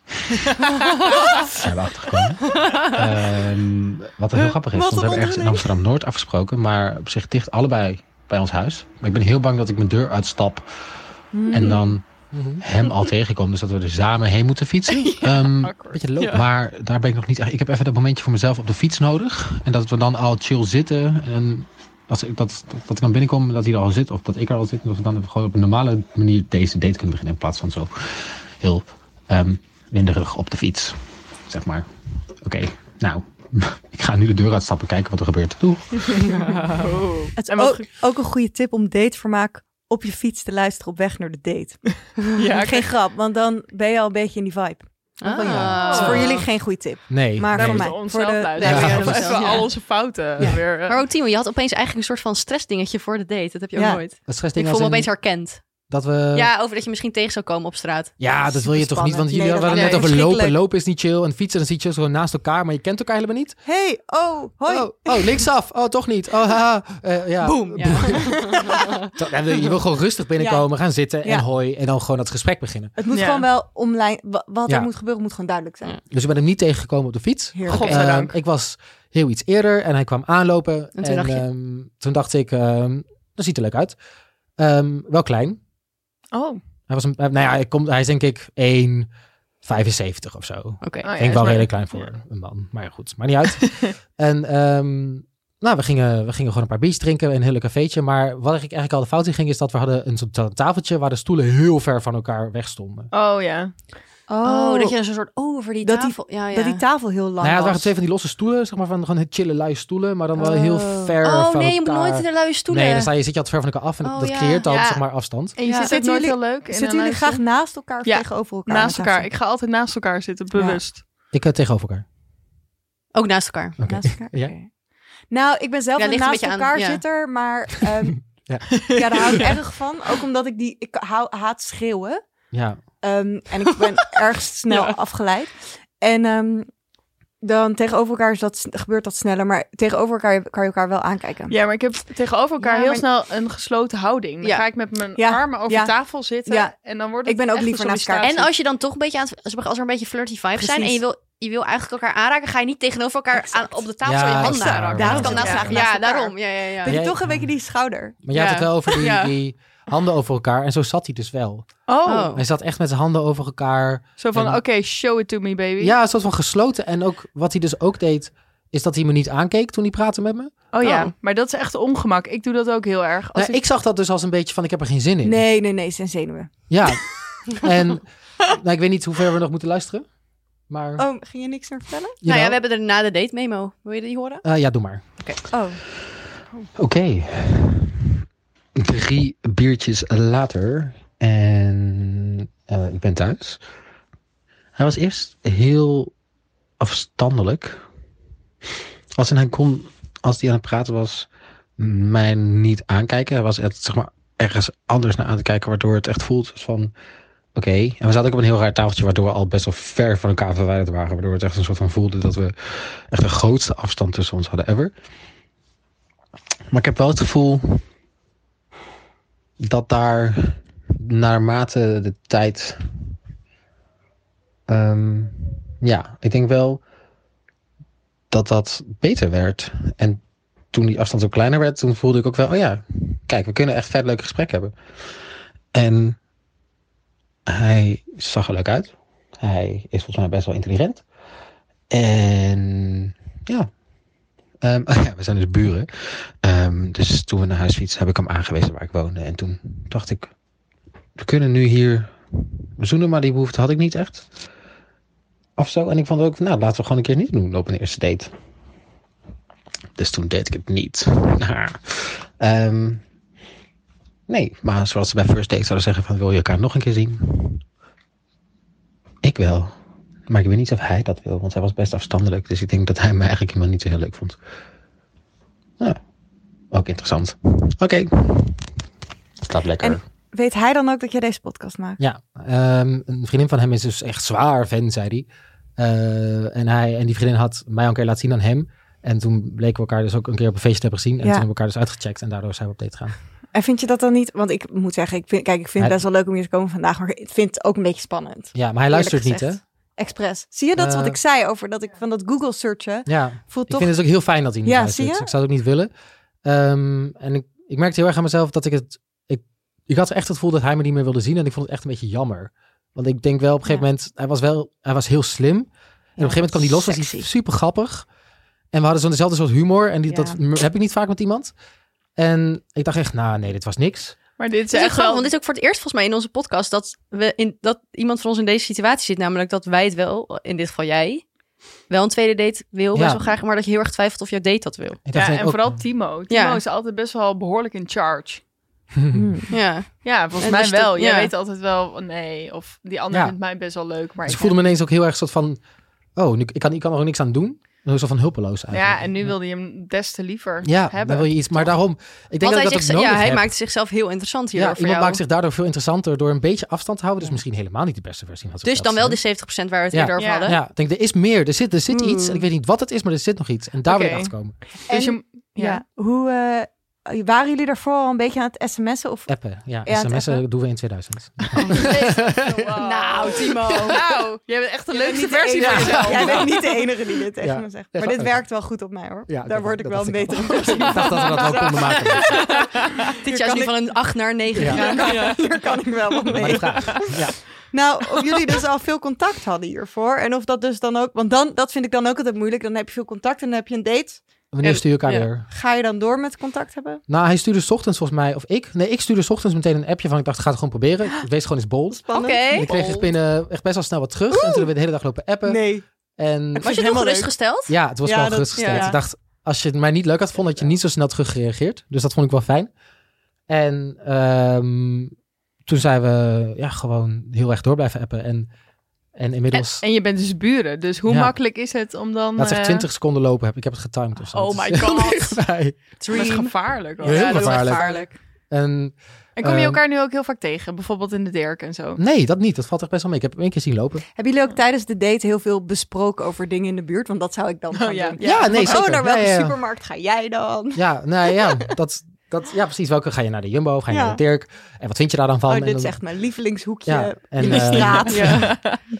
S5: Zijn we achtergekomen. Ehm, wat heel grappig is,
S3: Wat een
S5: want we hebben ergens in
S3: onderling.
S5: Amsterdam-Noord afgesproken. Maar op zich dicht allebei bij ons huis. Maar ik ben heel bang dat ik mijn deur uitstap
S3: Hmm.
S5: en dan
S1: Mhm.
S5: hem al tegenkom. Dus dat we er samen heen moeten fietsen. Ehm,
S1: Beetje lopen.
S5: maar daar ben ik nog niet echt. Ik heb even dat momentje voor mezelf op de fiets nodig. En dat we dan al chill zitten. En als ik, dat, dat, dat ik dan binnenkom, dat hij er al zit. Of dat ik er al zit. En dat we dan gewoon op een normale manier deze date kunnen beginnen. In plaats van zo heel ehm winderig op de fiets. Zeg maar. Oké, nou. Ik ga nu de deur uitstappen, kijken wat er gebeurt. Doei.
S1: Oh.
S3: Het oh. is
S2: En wat
S3: ook, ook een goede tip om datevermaak op je fiets te luisteren op weg naar de date.
S2: Ja,
S3: Geen grap, want dan ben je al een beetje in die vibe.
S4: Ah.
S1: ja.
S3: Dat is
S2: Oh.
S3: voor jullie geen goede tip.
S1: Nee.
S3: Maar
S1: nee.
S3: voor
S2: moeten
S3: mij.
S2: we
S3: Voor
S2: onszelf
S3: de-
S2: luisteren.
S1: Ja,
S2: Ja,
S1: voor
S2: dat
S4: onszelf,
S2: we
S4: ja.
S2: al onze fouten
S1: Ja.
S2: weer. eh,
S4: Maar ook Timo, je had opeens eigenlijk een soort van stressdingetje voor de date. Dat heb je ook
S3: Ja.
S4: nooit.
S1: Dat stressding
S4: Ik voel me
S1: als Eh. in
S4: opeens herkend.
S1: Dat we... Ja.
S4: ja, over dat je misschien tegen zou komen op straat.
S1: dat wil je toch niet, want jullie
S3: Nee, dat-
S1: hadden het net
S4: nee,
S1: over lopen.
S3: verschrikkelijk.
S1: Lopen is niet chill en fietsen, dan zit je zo naast elkaar, maar je kent elkaar helemaal niet.
S3: Hey, oh, hoi.
S1: Oh, oh, linksaf. Oh, toch niet. Oh, haha. Eh, ja.
S3: Boom.
S4: Ja.
S1: Dat- ja, Je wil gewoon rustig binnenkomen, gaan zitten en
S3: Ja.
S1: hoi. En dan gewoon dat gesprek beginnen.
S3: Het moet
S2: Ja.
S3: gewoon wel online. wa- Wat er
S1: Ja.
S3: moet gebeuren, moet gewoon duidelijk zijn.
S4: Ja.
S1: Dus ik ben hem niet tegengekomen op de fiets.
S3: Heerlijk.
S1: Ehm,
S2: Godzijdank.
S1: ik was heel iets eerder en hij kwam aanlopen.
S4: En toen dacht je?
S1: ehm, toen dacht ik, ehm, dat ziet er leuk uit. Ehm, wel klein.
S2: Oh,
S1: Hij, was een, eh, nou ja, hij, komt, hij is denk ik 1,75 of zo.
S4: Oké.
S2: Ah, ja,
S1: ik denk
S2: is
S1: wel
S2: maar-
S1: redelijk klein voor een man. Maar ja, goed, maakt niet uit. en ehm, nou, we gingen, we gingen gewoon een paar biertjes drinken in een heel leuk cafeetje. Maar wat ik eigenlijk al de fout in ging, is dat we hadden een soort ta- tafeltje waar de stoelen heel ver van elkaar weg stonden.
S2: Oh ja.
S4: Oh, dat je een soort over die
S3: Dat die-
S4: tafel. ja, ja.
S3: dat die tafel heel lang
S1: Nou ja, het waren
S3: was.
S1: twee van die losse stoelen, zeg maar van gewoon het chille lui stoelen, maar dan wel heel
S3: Oh.
S1: ver
S4: oh
S1: van
S4: nee, je moet
S1: elkaar.
S4: nooit in de luie stoelen.
S1: Nee, dan sta je, zit je altijd ver van elkaar af en
S4: Oh,
S1: dat
S4: ja.
S1: creëert dan
S2: Ja.
S1: zeg maar afstand.
S2: En je
S4: Ja.
S2: zit ook
S3: Zitten
S2: nooit
S3: jullie-
S2: heel leuk. in een
S3: Zitten jullie
S2: huis,
S3: graag
S2: toch?
S3: naast elkaar of
S2: Ja,
S3: tegenover elkaar?
S2: naast
S3: aan
S2: elkaar?
S3: tafel?
S2: Ik ga altijd naast elkaar zitten, bewust.
S1: Ik eh, tegenover elkaar.
S4: Ook naast elkaar.
S1: Oké.
S3: Naast elkaar?
S1: Ja.
S3: Oké. Nou, ik ben zelf
S4: Ja,
S3: een
S4: ligt een
S3: naast
S4: beetje aan-
S3: elkaar
S4: ja.
S3: zitter, maar ehm,
S1: Ja.
S3: ja. daar hou ik erg van. Ook omdat ik die, ik hou, haat schreeuwen.
S1: Ja,
S3: Ehm, en ik ben erg snel afgeleid. En ehm, dan tegenover elkaar is dat, gebeurt dat sneller, maar tegenover elkaar kan je elkaar wel aankijken.
S2: Ja, maar ik heb tegenover elkaar
S3: Ja,
S2: heel
S3: maar-
S2: snel een gesloten houding. Dan
S4: Ja.
S2: ga ik met mijn
S3: Ja,
S2: armen over
S3: ja.
S2: tafel zitten.
S3: Ja.
S2: En dan wordt het
S3: Ik ben ook
S2: echt
S3: liever
S2: een
S3: naast elkaar.
S2: sollicitatie.
S4: En als je dan toch een beetje aan het, zeg maar, als er een beetje flirty vibes zijn en
S3: Precies.
S4: je wil je wil eigenlijk elkaar aanraken, ga je niet tegenover elkaar aan, op de tafel
S1: Ja,
S4: je
S1: dat
S4: handen
S1: is waar,
S4: aanraken.
S1: waar,
S4: Dat kan
S1: waar.
S4: naast vragen.
S3: Ja,
S4: Ja,
S3: naast elkaar.
S4: daarom. Ja, ja, ja.
S3: Dat je
S1: Jij-
S3: toch een beetje die schouder.
S1: Maar jij had
S2: Ja.
S1: het wel over die,
S2: Ja.
S1: die handen over elkaar. En zo zat hij dus wel.
S2: Oh,
S1: Hij zat echt met zijn handen over elkaar.
S2: zo van,
S1: En-
S2: oké, show it to me, baby.
S1: Ja, een soort van gesloten. En ook wat hij dus ook deed, is dat hij me niet aankeek toen hij praatte met me.
S2: Oh ja,
S4: Oh.
S2: maar dat is echt ongemak. Ik doe dat ook heel erg. Als
S1: Nou, ik zag dat dus als een beetje van, ik heb er geen zin in.
S3: Nee, nee, nee, zijn zenuwen.
S1: Ja. en nou, ik weet niet hoe ver we nog moeten luisteren. Maar,
S3: Oh, ging je niks meer vertellen?
S4: Nou ja,
S1: jawel.
S4: we hebben er na de date memo. Wil je die horen?
S1: Eh, ja, doe maar.
S3: Oh,
S5: Oké. Drie biertjes later. En eh, ik ben thuis. Hij was eerst heel afstandelijk. Als in hij kon, als hij aan het praten was, mij niet aankijken. Hij was echt, zeg maar, ergens anders naar aan te kijken, waardoor het echt voelt als van. Oké, en we zaten ook op een heel raar tafeltje, waardoor we al best wel ver van elkaar verwijderd waren. Waardoor het echt een soort van voelde dat we echt de grootste afstand tussen ons hadden ever. Maar ik heb wel het gevoel dat daar naarmate de tijd. ehm, ja, ik denk wel dat dat beter werd. En toen die afstand zo kleiner werd, toen voelde ik ook wel, oh ja, kijk, we kunnen echt vet leuke gesprekken hebben. En hij zag er leuk uit. Hij is volgens mij best wel intelligent. En ja. Ehm, oh ja, we zijn dus buren. Ehm, dus toen we naar huis fietsen, heb ik hem aangewezen waar ik woonde. En toen dacht ik, we kunnen nu hier zoenen, maar die behoefte had ik niet echt. Of zo. En ik vond ook, nou, laten we gewoon een keer niet doen op een eerste date. Dus toen deed ik het niet. Nou, Ehm, nee, maar zoals ze bij first date zouden zeggen van, wil je elkaar nog een keer zien? Ik wel. Maar ik weet niet of hij dat wil, want hij was best afstandelijk. Dus ik denk dat hij me eigenlijk helemaal niet zo heel leuk vond. Ja, ook interessant. Oké. Staat lekker.
S3: En- weet hij dan ook dat jij deze podcast maakt?
S1: Ja, ehm, een vriendin van hem is dus echt zwaar fan, zei hij. Eh, en, hij en die vriendin had mij al een keer laten zien aan hem. En toen bleken we elkaar dus ook een keer op een feestje te hebben gezien. En
S3: Ja.
S1: toen hebben we elkaar dus uitgecheckt. En daardoor zijn we op date gegaan.
S3: En vind je dat dan niet? Want ik moet zeggen, ik vind, kijk, ik vind het
S1: Hij-
S3: best wel leuk om hier te komen vandaag, maar ik vind het ook een beetje spannend.
S1: Ja, maar hij luistert niet, hè?
S3: gezegd. Expres. Zie je dat is wat
S1: Eh.
S3: ik zei over dat ik van dat Google searchen
S1: Ja,
S3: voelt
S1: Ik
S3: toch?
S1: vind het ook heel fijn dat hij niet
S3: Ja,
S1: luistert.
S3: zie je?
S1: Dus ik zou het ook niet willen. Ehm, en ik, ik merkte heel erg aan mezelf dat ik het... Ik, ik had echt het gevoel dat hij me niet meer wilde zien. En ik vond het echt een beetje jammer. Want ik denk wel op een gegeven moment... Hij was wel... Hij was heel slim. En op een gegeven moment kwam hij los. Was hij
S4: sexy.
S1: super grappig. En we hadden zo'n dezelfde soort humor. En die,
S3: Ja.
S1: dat m- heb ik niet vaak met iemand. En ik dacht echt, nou nee, dit was niks.
S2: Maar dit is
S4: Het is ook
S2: echt
S4: grappig,
S2: wel...
S4: want dit is ook voor het eerst volgens mij in onze podcast dat, we in, dat iemand van ons in deze situatie zit. Namelijk dat wij het wel, in dit geval jij, wel een tweede date wil
S1: Ja.
S4: best wel graag. Maar dat je heel erg twijfelt of jouw date dat wil.
S1: Ik dacht
S2: ja,
S1: denk
S2: en
S1: ook,
S2: vooral Timo. Timo
S4: Ja.
S2: is altijd best wel behoorlijk in charge.
S3: Hmm.
S4: Ja.
S2: Ja, volgens
S4: En
S2: mij
S4: als je
S2: wel.
S4: dat-
S2: Jij
S4: ja.
S2: weet altijd wel, nee, of die ander
S1: dus Ja.
S2: vindt mij best wel leuk.
S1: Dus
S2: Maar
S1: ik
S2: ik
S1: voelde me ineens ook heel erg soort van... Oh, nu, ik, kan, ik kan er ook niks aan doen. Zo van hulpeloos eigenlijk.
S2: Ja, en nu wilde je hem des te liever
S1: Ja,
S2: hebben.
S1: dan wil je iets. Maar daarom... Ik denk dat
S4: Want hij,
S1: ik dat ook
S4: zegt-
S1: nodig
S4: ja, hij
S1: heb.
S4: maakt zichzelf heel interessant hier
S1: Ja,
S4: voor
S1: iemand
S4: jou.
S1: maakt zich daardoor veel interessanter door een beetje afstand te houden. Dus misschien helemaal niet de beste versie van
S4: Dus dan
S1: de
S4: wel de 70% waar we het
S1: Ja.
S4: eerder over
S2: Ja.
S4: hadden.
S1: Ja, ik denk, er is meer. Er zit, er zit iets.
S4: Hmm.
S1: Ik weet niet wat het is, maar er zit nog iets. En daar wil ik
S2: Oké.
S1: achter komen.
S2: Dus je,
S3: Ja. Hoe eh, waren jullie daarvoor al een beetje aan het sms'en of?
S1: Appen. Ja,
S3: Ja, het
S1: sms'en
S3: appen.
S1: doen we in 2000.
S4: Nou, Timo.
S2: Oh, Nou, jij bent echt de
S3: Jij bent
S2: leukste
S3: niet de
S2: versie
S3: enige-
S2: van jezelf.
S3: Jij bent niet de enige die dit tegen
S1: Ja.
S3: me zegt.
S1: Ja,
S3: Maar dit
S1: oké.
S3: werkt wel goed op mij hoor.
S1: Ja,
S3: Daar
S1: dat-
S3: word ik
S1: dat
S3: wel een
S1: dacht ik
S3: betere
S1: al.
S3: versie
S1: Ik dacht dat we dat wel konden maken.
S4: Dit jaar is nu
S3: kan
S4: van een 8 naar 9
S1: Ja.
S4: gegaan.
S3: Ja, Hier kan ik wel wat
S1: Maar de
S3: mee.
S1: vraag. Ja.
S3: Nou, of jullie dus al veel contact hadden hiervoor. En of dat dus dan ook... Want dan, dat vind ik dan ook altijd moeilijk. Dan heb je veel contact en dan heb je een date.
S1: Wanneer
S4: En-
S1: stuur je elkaar
S4: ja.
S1: weer?
S3: Ga je dan door met contact hebben?
S1: Nou, hij stuurde 's ochtends volgens mij. Of ik. Nee, ik stuurde 's ochtends meteen een appje van. Ik dacht, ik ga het gewoon proberen. Wees gewoon eens bold.
S4: Oké.
S3: Spannend.
S1: En ik kreeg echt binnen echt best wel snel wat terug. En toen hebben we de hele dag lopen appen.
S3: Nee.
S1: En
S4: Was je
S3: Helemaal
S4: nog
S3: leuk.
S4: gerustgesteld?
S1: Ja, het was
S3: Ja,
S1: wel
S3: dat-
S1: gerustgesteld.
S4: ja.
S1: Ik dacht, als je het mij niet leuk had, vond dat je niet zo snel terug gereageerd. Dus dat vond ik wel fijn. En ehm, toen zijn we ja, gewoon heel erg door blijven appen. En, en
S2: En,
S1: inmiddels,
S2: en je bent dus buren, dus hoe
S1: Ja.
S2: makkelijk is het om dan...
S1: laat zeggen,
S2: eh,
S1: 20 seconden lopen heb ik. heb het getimed of zo.
S2: Oh
S1: Het is
S2: my
S1: heel
S2: god.
S1: dichtbij.
S2: Dat is gevaarlijk. hoor.
S1: Heel
S2: dat is echt
S1: gevaarlijk. En
S2: En kom je
S1: Ehm,
S2: elkaar nu ook heel vaak tegen? Bijvoorbeeld in de derk en zo.
S1: nee, dat niet. Dat valt echt best wel mee. Ik heb hem één keer zien lopen.
S3: Hebben jullie ook tijdens de date heel veel besproken over dingen in de buurt?
S4: Oh
S3: Want dat zou ik dan gaan
S2: ja.
S3: doen.
S1: Ja, nee,
S3: Van,
S1: zeker.
S3: Oh, naar welke
S1: Ja, ja, ja.
S3: supermarkt ga jij dan?
S1: Ja, nou ja, dat, Dat, ja, precies. Welke ga je naar de Jumbo of ga je
S3: Ja.
S1: naar de Dirk? En wat vind je daar dan van?
S3: Oh,
S1: En
S3: dit
S1: dan-
S3: is echt mijn lievelingshoekje
S1: ja, en,
S3: in de
S1: eh,
S3: straat.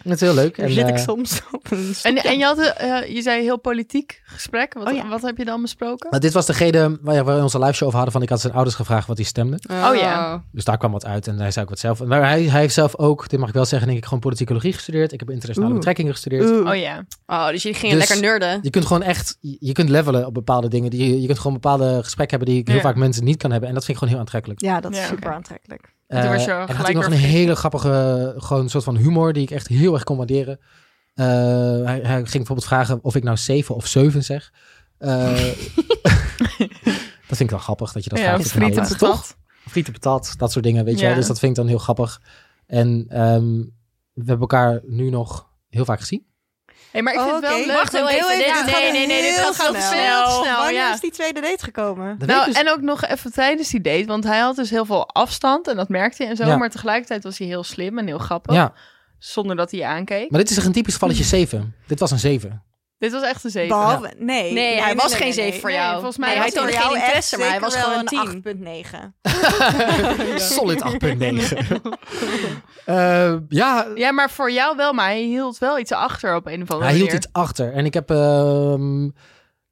S1: Dat is heel leuk.
S3: Daar
S1: En,
S3: zit ik
S1: eh,
S3: soms op een
S2: En, en je, had, eh, je zei heel politiek gesprek. Wat,
S3: Oh ja.
S2: wat heb je dan besproken?
S1: maar dit was degene waar, ja, waar we onze live show over hadden. Van ik had zijn ouders gevraagd wat hij stemde.
S2: Oh ja.
S1: Dus daar kwam wat uit en hij zei ook wat zelf. Maar hij, hij heeft zelf ook, dit mag ik wel zeggen, denk ik, gewoon politicologie gestudeerd. Ik heb internationale
S3: Oeh.
S1: betrekkingen gestudeerd.
S3: Oeh.
S2: Oh ja.
S4: Oh, dus jullie gingen
S1: Dus-
S4: lekker nerden.
S1: Je kunt gewoon echt, je je kunt levelen op bepaalde dingen. Die- Je, je kunt gewoon bepaalde gesprekken hebben die heel
S2: Ja.
S1: vaak mensen niet kan hebben. En dat vind ik gewoon heel aantrekkelijk.
S3: Ja, dat is
S2: Ja,
S3: super
S2: oké.
S3: aantrekkelijk.
S2: Toen
S1: Eh,
S2: was je
S1: en had hij
S2: gelijk
S1: nog een
S2: weer vergeten.
S1: hele grappige, gewoon soort van humor die ik echt heel erg kon waarderen. Eh, hij, hij ging bijvoorbeeld vragen of ik nou 7 of 7 zeg. Eh, dat vind ik wel grappig dat je dat
S2: ja,
S1: vraagt.
S2: of
S1: Ik vind
S2: friet en
S1: dat- toch?
S2: patat.
S1: frieten patat, dat soort dingen, weet je
S2: Ja.
S1: wel. Dus dat vind ik dan heel grappig. En ehm, we hebben elkaar nu nog heel vaak gezien.
S2: Hey, maar ik vind
S3: Oh,
S2: het wel
S3: oké.
S2: leuk.
S4: Wacht heel
S2: want-
S4: even,
S2: Ja,
S4: dit- dit gaat heel
S2: te
S3: snel. Wanneer
S2: ja.
S3: is die tweede date gekomen?
S1: Dat weet ik
S2: Nou,
S1: dus-
S2: en ook nog even tijdens die date, want hij had dus heel veel afstand en dat merkte hij en zo,
S1: Ja.
S2: maar tegelijkertijd was hij heel slim en heel grappig,
S1: ja,
S2: zonder dat hij je aankeek.
S1: maar dit is echt een typisch gevalletje
S2: Hmm.
S1: 7. Dit was een 7.
S2: Dit was echt een zeven.
S3: Behalve, nee. Nee,
S4: Nee, hij was geen
S3: nee,
S4: zeef
S3: nee.
S4: voor
S2: Nee,
S4: jou.
S2: volgens mij
S4: Nee,
S2: was
S4: hij
S2: hij
S4: toonde
S3: Voor
S4: geen
S3: jou
S4: interesse,
S3: echt
S4: maar hij was
S3: zeker
S4: gewoon
S3: wel
S4: een tien.
S3: 8,9.
S1: Solid 8.9. Eh, ja,
S2: Ja, maar voor jou wel, maar hij hield wel iets achter op een of andere
S1: hij hield
S2: manier.
S1: iets achter. En ik heb ehm,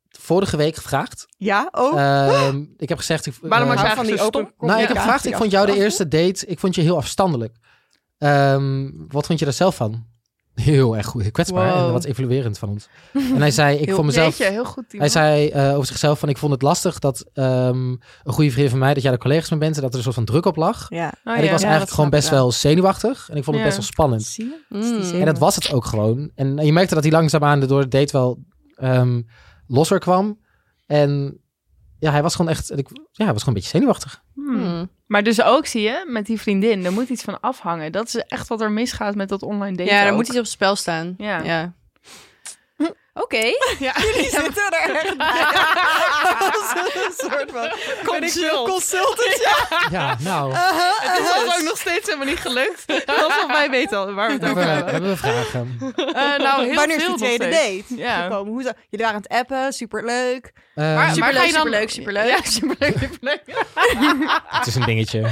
S1: vorige week gevraagd.
S3: Ja, oh.
S1: Ehm, ik heb gezegd... Ik,
S2: Waarom
S1: eh,
S2: was
S3: hou
S2: je
S3: van die
S2: eigenlijk zo
S3: open
S2: stom?
S1: Nou, ik heb
S3: Ja.
S1: gevraagd, ik vond jou de eerste date, ik vond je heel afstandelijk. Ehm, wat vond je daar zelf van? Heel erg goed, kwetsbaar
S2: Wow.
S1: en wat evoluerend van ons. En hij zei, ik
S4: Heel
S1: vond mezelf...
S2: Jeetje, heel goed. Timo.
S1: Hij zei eh, over zichzelf van, ik vond het lastig dat ehm, een goede vriend van mij, dat jij de collega's van bent en dat er een soort van druk op lag.
S3: Ja,
S1: en ik
S2: Oh, ja.
S1: was
S3: Ja,
S1: eigenlijk
S3: dat
S1: gewoon
S3: snap ik
S1: best wel zenuwachtig en ik vond het
S2: Ja.
S1: best wel spannend.
S3: zie je?
S4: Mm.
S1: En dat was het ook gewoon. En je merkte dat hij langzaamaan door het date wel ehm, losser kwam. En ja, hij was gewoon echt, ik, ja, hij was gewoon een beetje zenuwachtig.
S2: Hmm.
S4: Mm.
S2: Maar dus ook zie je, met die vriendin, er moet iets van afhangen. Dat is echt wat er misgaat met dat online daten.
S4: Ja, daar
S2: ook.
S4: moet iets op het spel staan.
S2: Ja.
S4: Oké.
S2: Ja.
S3: Jullie zitten er echt bij. Als een soort van... Ben ik veel consultant? Uh-huh, Ja.
S1: Ja, nou.
S2: Het is
S3: Eh,
S2: ons ook nog steeds helemaal niet gelukt. Volgens mij weet al waar we het over
S1: Hebben,
S2: hebben.
S1: hebben we vragen?
S2: Eh, nou, heel
S3: Wanneer is
S2: veel
S3: die tweede
S2: nog steeds.
S3: date
S2: Ja.
S3: gekomen? Hoezo? Jullie waren aan het appen, superleuk.
S1: Ehm,
S2: Maar, maar ga je dan...
S4: superleuk, superleuk.
S2: Ja, superleuk, superleuk.
S1: het is een dingetje.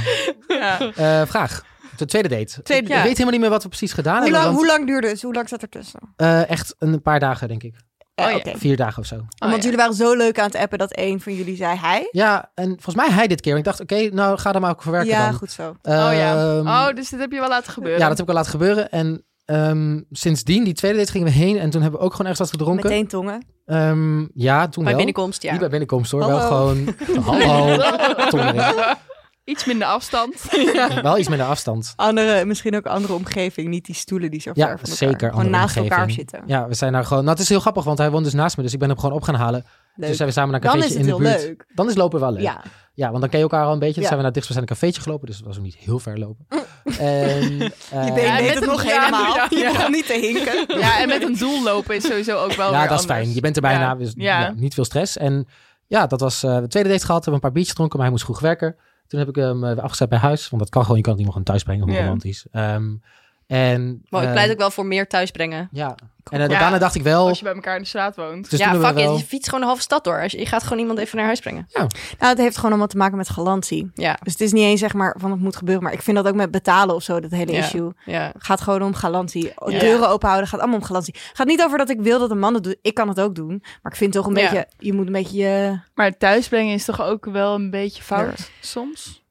S2: Ja.
S1: Eh, vraag. De tweede date.
S3: Tweede
S1: ik
S3: date.
S1: weet helemaal niet meer wat we precies gedaan
S3: Hoe
S1: hebben.
S3: lang,
S1: want,
S3: hoe lang duurde het? Hoe lang zat er tussen?
S1: eh, echt een paar dagen, denk ik.
S3: Eh,
S2: Oh ja.
S3: oké.
S1: Vier dagen of zo.
S2: Oh,
S3: Want
S2: ja.
S3: jullie waren zo leuk aan het appen dat één van jullie zei hij.
S1: Ja, en volgens mij hij dit keer. En ik dacht, oké, nou ga er maar ook voor werken
S3: ja,
S1: dan.
S3: goed zo.
S2: Oh ja.
S1: Ehm,
S2: Oh, dus dit heb je wel laten gebeuren.
S1: ja, dat heb ik al laten gebeuren. En ehm, sindsdien, die tweede date gingen we heen. En toen hebben we ook gewoon ergens wat gedronken.
S3: Meteen tongen.
S1: Ehm, ja, toen
S4: Bij
S1: wel.
S4: binnenkomst, ja.
S1: Niet bij binnenkomst hoor. Wel
S3: Hallo.
S1: gewoon... Hallo.
S5: eh,
S1: Tongeren.
S2: Iets minder afstand.
S1: Wel iets minder afstand.
S3: Andere, misschien ook andere omgeving, niet die stoelen die zo
S1: Ja,
S3: ver van elkaar.
S1: zeker,
S3: Gewoon
S1: andere
S3: naast elkaar
S1: omgeving.
S3: zitten.
S1: Ja, we zijn daar gewoon... Nou, het is heel grappig, want hij woont dus naast me. Dus ik ben hem gewoon op gaan halen.
S3: Leuk.
S1: Dus zijn we samen naar een
S3: Dan is
S1: cafeetje
S3: het
S1: in de
S3: heel
S1: buurt.
S3: leuk.
S1: Dan is lopen wel leuk. Ja.
S3: Ja.
S1: want dan ken je elkaar al een beetje. Dan
S3: Ja.
S1: zijn we naar het dichtstbijzijnde cafeetje gelopen. Dus het was ook niet heel ver lopen. en, eh,
S3: Je been
S2: Ja,
S3: deed
S2: met
S3: het
S2: een-
S3: nog
S2: ja,
S3: helemaal.
S2: ja.
S3: Je begon niet te hinken.
S2: Ja, en met een doel lopen is sowieso ook wel
S1: ja,
S2: weer
S1: dat is fijn.
S2: anders.
S1: Je bent er bijna.
S2: Ja.
S1: Dus
S2: Ja.
S1: ja, niet veel stress. En ja, dat was eh de tweede date gehad. We hebben een paar biertjes gedronken, maar hij moest goed werken. Toen heb ik hem eh, weer afgezet bij huis. Want dat kan gewoon. Je kan het iemand gewoon thuis brengen. Hoe
S2: Ja.
S1: romantisch. Ehm, en,
S4: Maar ik
S1: eh,
S4: pleit ook wel voor meer thuisbrengen.
S1: Ja. En eh,
S2: Ja.
S1: daarna dacht ik wel...
S2: Als je bij elkaar in de straat woont.
S1: Dus toen
S4: ja,
S1: hebben
S4: fuck
S1: we
S4: it.
S1: wel...
S4: Je fietst gewoon de halve stad door. Als je, je gaat gewoon iemand even naar huis brengen.
S3: Nou, het heeft gewoon allemaal te maken met galantie.
S4: Ja.
S3: Dus het is niet eens zeg maar van het moet gebeuren. Maar ik vind dat ook met betalen of zo, dat hele
S4: Ja.
S3: issue.
S4: Ja.
S3: Gaat gewoon om galantie.
S4: Ja.
S3: Deuren openhouden gaat allemaal om galantie. Gaat niet over dat ik wil dat een man het doet. Ik kan het ook doen. Maar ik vind toch een
S4: Ja.
S3: beetje, je moet een beetje je...
S2: Maar thuisbrengen is toch ook wel een beetje fout soms?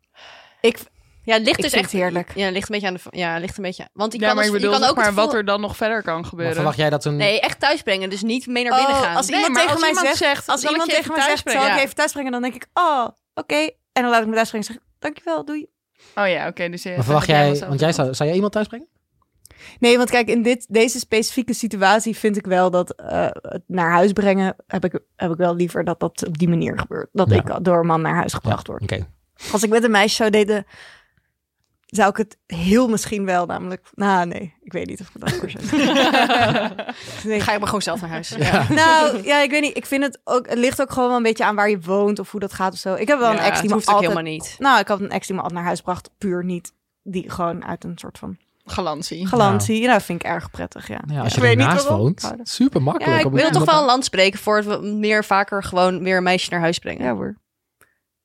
S3: Ik,
S4: Ja, het ligt
S3: ik
S4: dus
S3: vind
S4: echt...
S3: het heerlijk.
S4: Ja, het ligt een beetje aan de... Ja, het ligt een beetje... Want je
S2: ja,
S3: dus-
S4: kan,
S2: maar
S4: als-
S2: ik bedoel
S4: je kan
S2: zeg
S4: ook
S2: maar
S4: het
S2: wat
S4: gevoel-
S2: er dan nog verder kan
S1: Maar
S2: gebeuren.
S1: verwacht jij dat een...
S4: Nee, echt thuisbrengen. Dus niet mee naar binnen
S3: Oh,
S4: gaan.
S3: Als
S2: Nee,
S3: iemand
S2: maar
S3: tegen mij zegt-
S2: zegt
S3: als
S2: zal ik
S3: iemand
S2: je
S3: tegen mij
S2: even
S3: zegt,
S2: thuisbrengen?
S3: zal ik
S4: Ja.
S3: even thuisbrengen? Dan denk ik, oh, oké. En dan laat ik me thuisbrengen en zeg ik, dankjewel, doei.
S2: Oh ja, oké. dus je-
S1: Maar verwacht
S2: dat
S1: jij...
S2: was
S1: Want jij
S2: ook-
S1: zou, zou jij iemand thuis brengen?
S3: Nee, want kijk, in dit, deze specifieke situatie vind ik wel dat eh, het naar huis brengen... Heb ik, heb ik wel liever dat dat op die manier gebeurt. Dat
S1: Ja.
S3: ik door een man naar huis gebracht word.
S1: Oké.
S3: Als ik met een meisje zou daten, zou ik het heel misschien wel namelijk... Nou, nee, ik weet niet of ik dat voor nee.
S4: Ga je maar gewoon zelf naar huis. Ja.
S3: Nou, ja, ik weet niet. Ik vind het ook... Het ligt ook gewoon wel een beetje aan waar je woont of hoe dat gaat of zo. Ik heb wel
S4: Ja,
S3: een ex
S4: het
S3: die me
S4: hoeft ook
S3: altijd...
S4: helemaal niet.
S3: Nou, ik had een ex die me altijd naar huis bracht, puur niet. Die gewoon uit een soort van
S2: Galantie.
S3: galantie. Nou, vind ik erg prettig, ja.
S1: Nou ja, als je
S3: Ik weet niet
S1: ernaast
S3: waarom.
S1: woont, super makkelijk.
S4: Ja, ik
S1: om iemand-
S4: wil toch wel een land spreken voor het we meer vaker gewoon weer een meisje naar huis brengen.
S3: Ja hoor.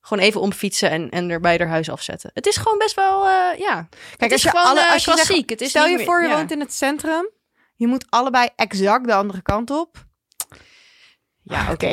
S4: Gewoon even omfietsen en, en erbij haar huis afzetten. Het is gewoon best wel, eh, ja.
S3: Kijk,
S4: het is gewoon eh, klassiek.
S3: zegt,
S4: het is
S3: stel
S4: niet
S3: je
S4: meer-
S3: voor, je
S4: ja.
S3: woont in het centrum. Je moet allebei exact de andere kant op.
S4: Ja, oké.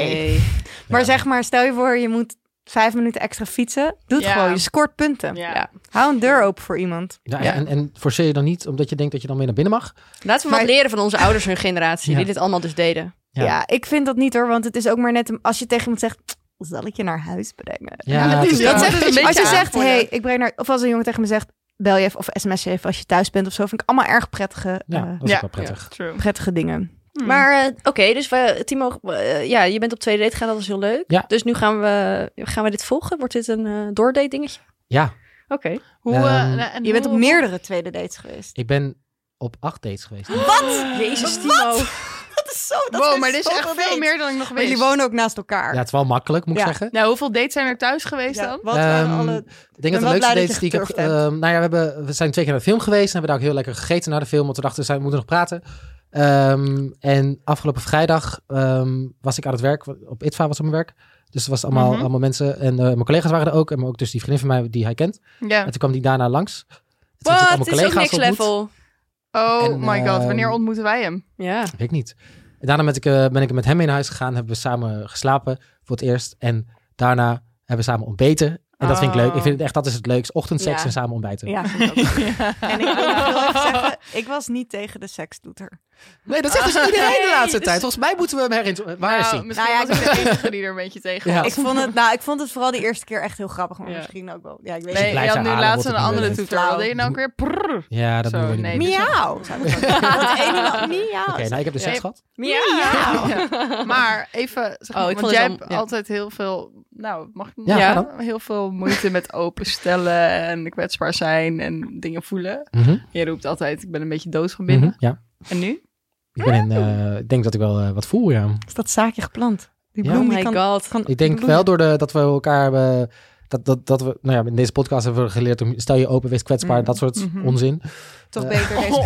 S3: Maar
S5: Ja.
S3: zeg maar, stel je voor, je moet vijf minuten extra fietsen. Doe het
S2: Ja.
S3: gewoon, je scoort punten.
S2: Ja.
S4: Ja.
S3: Hou een deur open voor iemand.
S1: Nou,
S5: Ja,
S4: Ja.
S5: En, en forceer je dan niet omdat je denkt dat je dan weer naar binnen mag?
S4: Laten we
S3: Maar-
S4: wat leren van onze ouders hun generatie,
S5: Ja.
S4: die dit allemaal dus deden.
S5: Ja.
S3: Ja. ik vind dat niet hoor, want het is ook maar net... Een, als je tegen iemand zegt, zal ik je naar huis brengen?
S5: Ja,
S2: dat
S5: het
S2: is
S5: is-
S2: wel-
S4: dat
S2: dat is
S4: zegt een
S2: een beetje
S3: Als je
S4: aan.
S3: zegt,
S2: voor je.
S3: hey, ik breng naar... Of als een jongen tegen me zegt, bel je even of sms je even als je thuis bent of zo. Vind ik allemaal erg prettige,
S5: ja,
S3: eh,
S5: dat is
S2: ja.
S5: ook wel prettig.
S2: True.
S3: prettige dingen.
S5: Hmm.
S4: Maar eh, oké, dus we, Timo, eh, ja, je bent op tweede date gegaan, dat was heel leuk.
S5: Ja.
S4: Dus nu gaan we, gaan we dit volgen. Wordt dit een eh doordate dingetje?
S5: Ja,
S4: Oké.
S2: Hoe,
S5: Ehm,
S2: eh, nou, en
S3: Je bent op
S2: hoe-
S3: meerdere tweede dates geweest.
S5: ik ben op acht dates geweest.
S4: Jezus, Timo.
S3: Dat is zo...
S2: Wow, maar dit is echt veel meer dan ik nog
S3: Maar
S2: weet.
S3: jullie wonen ook naast elkaar.
S5: Ja, het is wel makkelijk, moet ik
S3: Ja.
S5: zeggen.
S2: Nou, hoeveel dates zijn er thuis geweest
S3: Ja,
S2: dan?
S3: Wat waren
S5: Ehm,
S3: alle...
S5: Ik denk dat
S3: ben
S5: de
S3: wel
S5: leukste
S3: blij dat
S5: dates
S3: je
S5: die ik heb...
S3: geturfd hebt.
S5: ehm, nou ja, we, hebben, we zijn twee keer naar de film geweest. En hebben daar ook heel lekker gegeten na de film. Want we dachten, we zijn- we moeten nog praten. Ehm, en afgelopen vrijdag ehm, was ik aan het werk. Op ITVA was op mijn werk. Dus er was allemaal,
S2: Mhm.
S5: allemaal mensen. En eh, mijn collega's waren er ook. En ook dus die vriendin van mij die hij kent.
S2: Ja.
S5: En toen kwam die daarna langs. Toen heb ik
S4: Wat?
S5: allemaal
S4: Dit is ook
S5: collega's
S4: niks
S5: ontmoet.
S4: level.
S2: Oh
S5: En,
S2: my god,
S5: ehm,
S2: wanneer ontmoeten wij hem?
S4: Ja.
S5: Weet ik niet. En daarna ben ik, eh, ben ik met hem mee naar huis gegaan. Hebben we samen geslapen voor het eerst. En daarna hebben we samen ontbeten. En dat vind ik leuk. Ik vind het echt, dat is het leukst. Ochtendseks
S4: Ja.
S5: en samen ontbijten.
S3: Ja, vind ik ook. En ik wil wel even zeggen, ik was niet tegen de sekstoeter.
S5: Nee, dat zegt dus iedereen de laatste
S4: dus-
S5: tijd. Volgens mij moeten we hem herinneren. Waar is
S2: nou,
S5: hij?
S2: misschien
S3: Nou ja,
S2: was ik de enige die er een beetje tegen
S5: Ja.
S2: was.
S3: Ik vond, het, nou, ik vond het vooral de eerste keer echt heel grappig, maar
S4: Ja.
S3: misschien ook wel. Ja, ik weet
S5: Dus
S2: Nee,
S5: je
S2: je
S5: blijft
S2: had nu
S5: herhalen
S2: laatst
S5: wat
S2: een
S5: het
S2: andere
S5: niet
S3: leuk is.
S2: toeter. Wat deed je nou ook weer? Prrr.
S5: Ja, dat
S2: Zo,
S5: doen we
S2: nee,
S5: niet.
S3: niet.
S5: Oké,
S2: dus-
S3: Miauw. zou ik ook- Dat ene wat miauw.
S5: nou, ik heb de seks
S2: Nee.
S5: gehad.
S4: Ja.
S2: Ja. Maar even, zeg maar,
S4: Oh, ik
S2: want
S4: vond het
S2: jij
S4: wel-
S2: hebt
S4: ja.
S2: altijd heel veel, nou, mag ik
S5: Ja,
S4: Ja.
S5: ga
S2: heel veel moeite met openstellen en kwetsbaar zijn en dingen voelen.
S5: Mhm,
S2: Je roept altijd, ik ben een beetje dood van binnen.
S5: mhm, ja.
S2: En nu?
S5: Ik ben in, eh, ik denk dat ik wel eh, wat voel, ja.
S3: Is dat zaakje geplant? Die
S5: Ja.
S3: bloem
S4: Oh
S3: die
S4: my
S3: kan,
S4: god.
S3: kan
S5: Ik denk
S3: bloeien.
S5: wel door de, dat we elkaar hebben... Dat, dat, dat we, nou ja, in deze podcast hebben we geleerd om stel je open, wees kwetsbaar,
S3: Mm.
S5: dat soort
S4: mm-hmm.
S2: Mhm.
S5: onzin.
S3: Toch
S5: Eh,
S3: beter deze,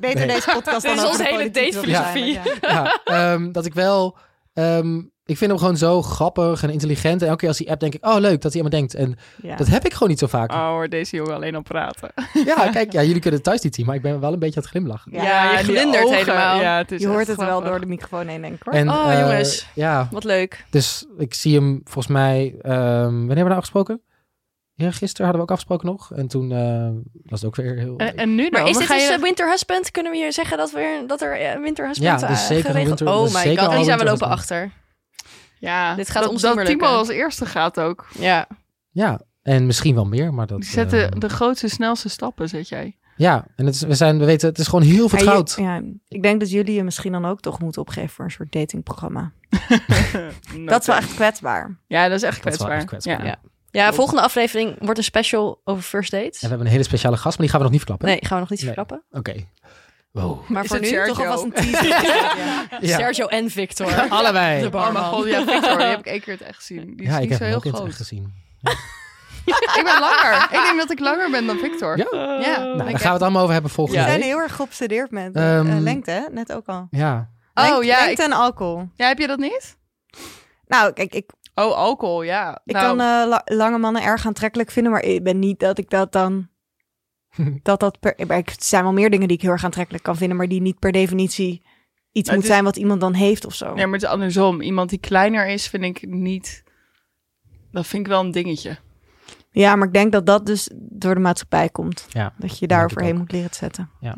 S3: beter
S5: Nee.
S3: deze podcast
S4: Dit
S3: dan over
S4: is onze
S3: de
S4: hele
S3: politiek te
S4: datefilosofie.
S3: zijn, ja.
S5: ja, ehm, dat ik wel. ehm, ik vind hem gewoon zo grappig en intelligent. En elke keer als die app denk ik, oh leuk dat hij aan me denkt. En
S3: Ja.
S5: dat heb ik gewoon niet zo vaak.
S4: Ah.
S2: Oh, hoor deze jongen alleen al praten.
S5: Ja, kijk, ja, jullie kunnen het thuis niet zien, maar ik ben wel een beetje aan het glimlachen.
S3: Ja,
S2: en
S4: je
S2: die
S4: glundert
S2: ogen.
S4: helemaal.
S2: Ja, het is
S3: Je hoort
S2: echt
S3: het wel
S2: grappig.
S3: door de microfoon heen, denk ik hoor.
S5: En,
S4: Oh,
S5: eh,
S4: jongens.
S5: Ja,
S4: Wat leuk.
S5: dus ik zie hem volgens mij, ehm, wanneer hebben we nou afgesproken? Ja, gisteren hadden we ook afgesproken nog. En toen eh, was het ook weer
S4: Eh,
S5: heel...
S2: En, en nu dan?
S4: Maar is
S2: Dan
S4: dit
S2: ga
S4: dus
S2: je-
S4: eh, Winter Husband? Kunnen we hier zeggen dat, we, dat er eh, Winter Husband
S5: Ja,
S4: eh,
S5: dus zeker een
S4: geregeld
S5: winter- dus
S4: Oh my
S5: zeker
S4: god,
S5: al
S4: die zijn we
S5: winter
S4: lopen
S5: husband.
S4: achter.
S2: Ja,
S4: Dit gaat
S2: dat,
S4: ons
S2: dat
S4: niet meer
S2: Timo
S4: lukken.
S2: als eerste gaat ook.
S4: Ja.
S5: Ja, en misschien wel meer, maar dat...
S2: Die zet de,
S5: ehm,
S2: de grootste, snelste stappen, zet jij.
S5: Ja, en het is, we, zijn, we weten, het is gewoon heel
S3: Maar je-
S5: vertrouwd.
S3: ja, ik denk dat jullie je misschien dan ook toch moeten opgeven voor een soort datingprogramma. dat is wel echt kwetsbaar.
S2: Ja, dat is echt
S5: Dat is wel
S2: kwetsbaar.
S5: echt kwetsbaar,
S2: Ja.
S5: ja.
S4: Ja,
S2: Klopt.
S4: volgende aflevering wordt een special over first dates.
S5: En we hebben een hele speciale gast, maar die gaan we nog niet verklappen.
S4: Nee, gaan we nog niet
S5: Nee.
S4: verklappen.
S5: Oké. Wow.
S4: Maar
S2: Is
S4: voor
S2: het
S4: nu
S2: Sergio?
S4: toch alvast een
S5: Ja,
S4: Sergio en Victor.
S5: allebei.
S4: De
S2: Oh mijn
S4: barman.
S2: god, ja, Victor, die heb ik één keer het echt gezien. Die is
S5: ja, ik
S2: niet
S5: heb
S2: zo
S5: hem
S2: heel
S5: ook in het echt
S2: groot.
S5: gezien.
S2: Ik ben langer. Ik denk dat ik langer ben dan Victor.
S5: Ja?
S2: Ja,
S5: Nou, daar
S2: ik
S5: gaan we het allemaal over hebben volgende
S3: We zijn
S5: week.
S3: heel erg geobsedeerd met eh,
S5: Ehm,
S3: eh, lengte, hè? net ook al.
S5: Ja.
S2: Oh
S3: Lengte-
S2: ja, ik-
S3: Lengte en alcohol.
S2: ja, heb je dat niet?
S3: Nou, kijk, ik,
S2: Oh, alcohol, ja.
S3: ik
S2: Nou,
S3: kan eh, la- lange mannen erg aantrekkelijk vinden, maar ik ben niet dat ik dat dan... dat dat per, maar ik, er zijn wel meer dingen die ik heel erg aantrekkelijk kan vinden, maar die niet per definitie iets
S2: het
S3: moet
S2: is-
S3: zijn wat iemand dan heeft of zo.
S2: Nee, maar het is andersom. Iemand die kleiner is, vind ik niet... Dat vind ik wel een dingetje.
S3: Ja, maar ik denk dat dat dus door de maatschappij komt.
S5: Ja,
S3: Dat je
S5: denk
S3: daar
S5: ik
S3: overheen
S5: ook.
S3: moet leren te zetten.
S5: Ja.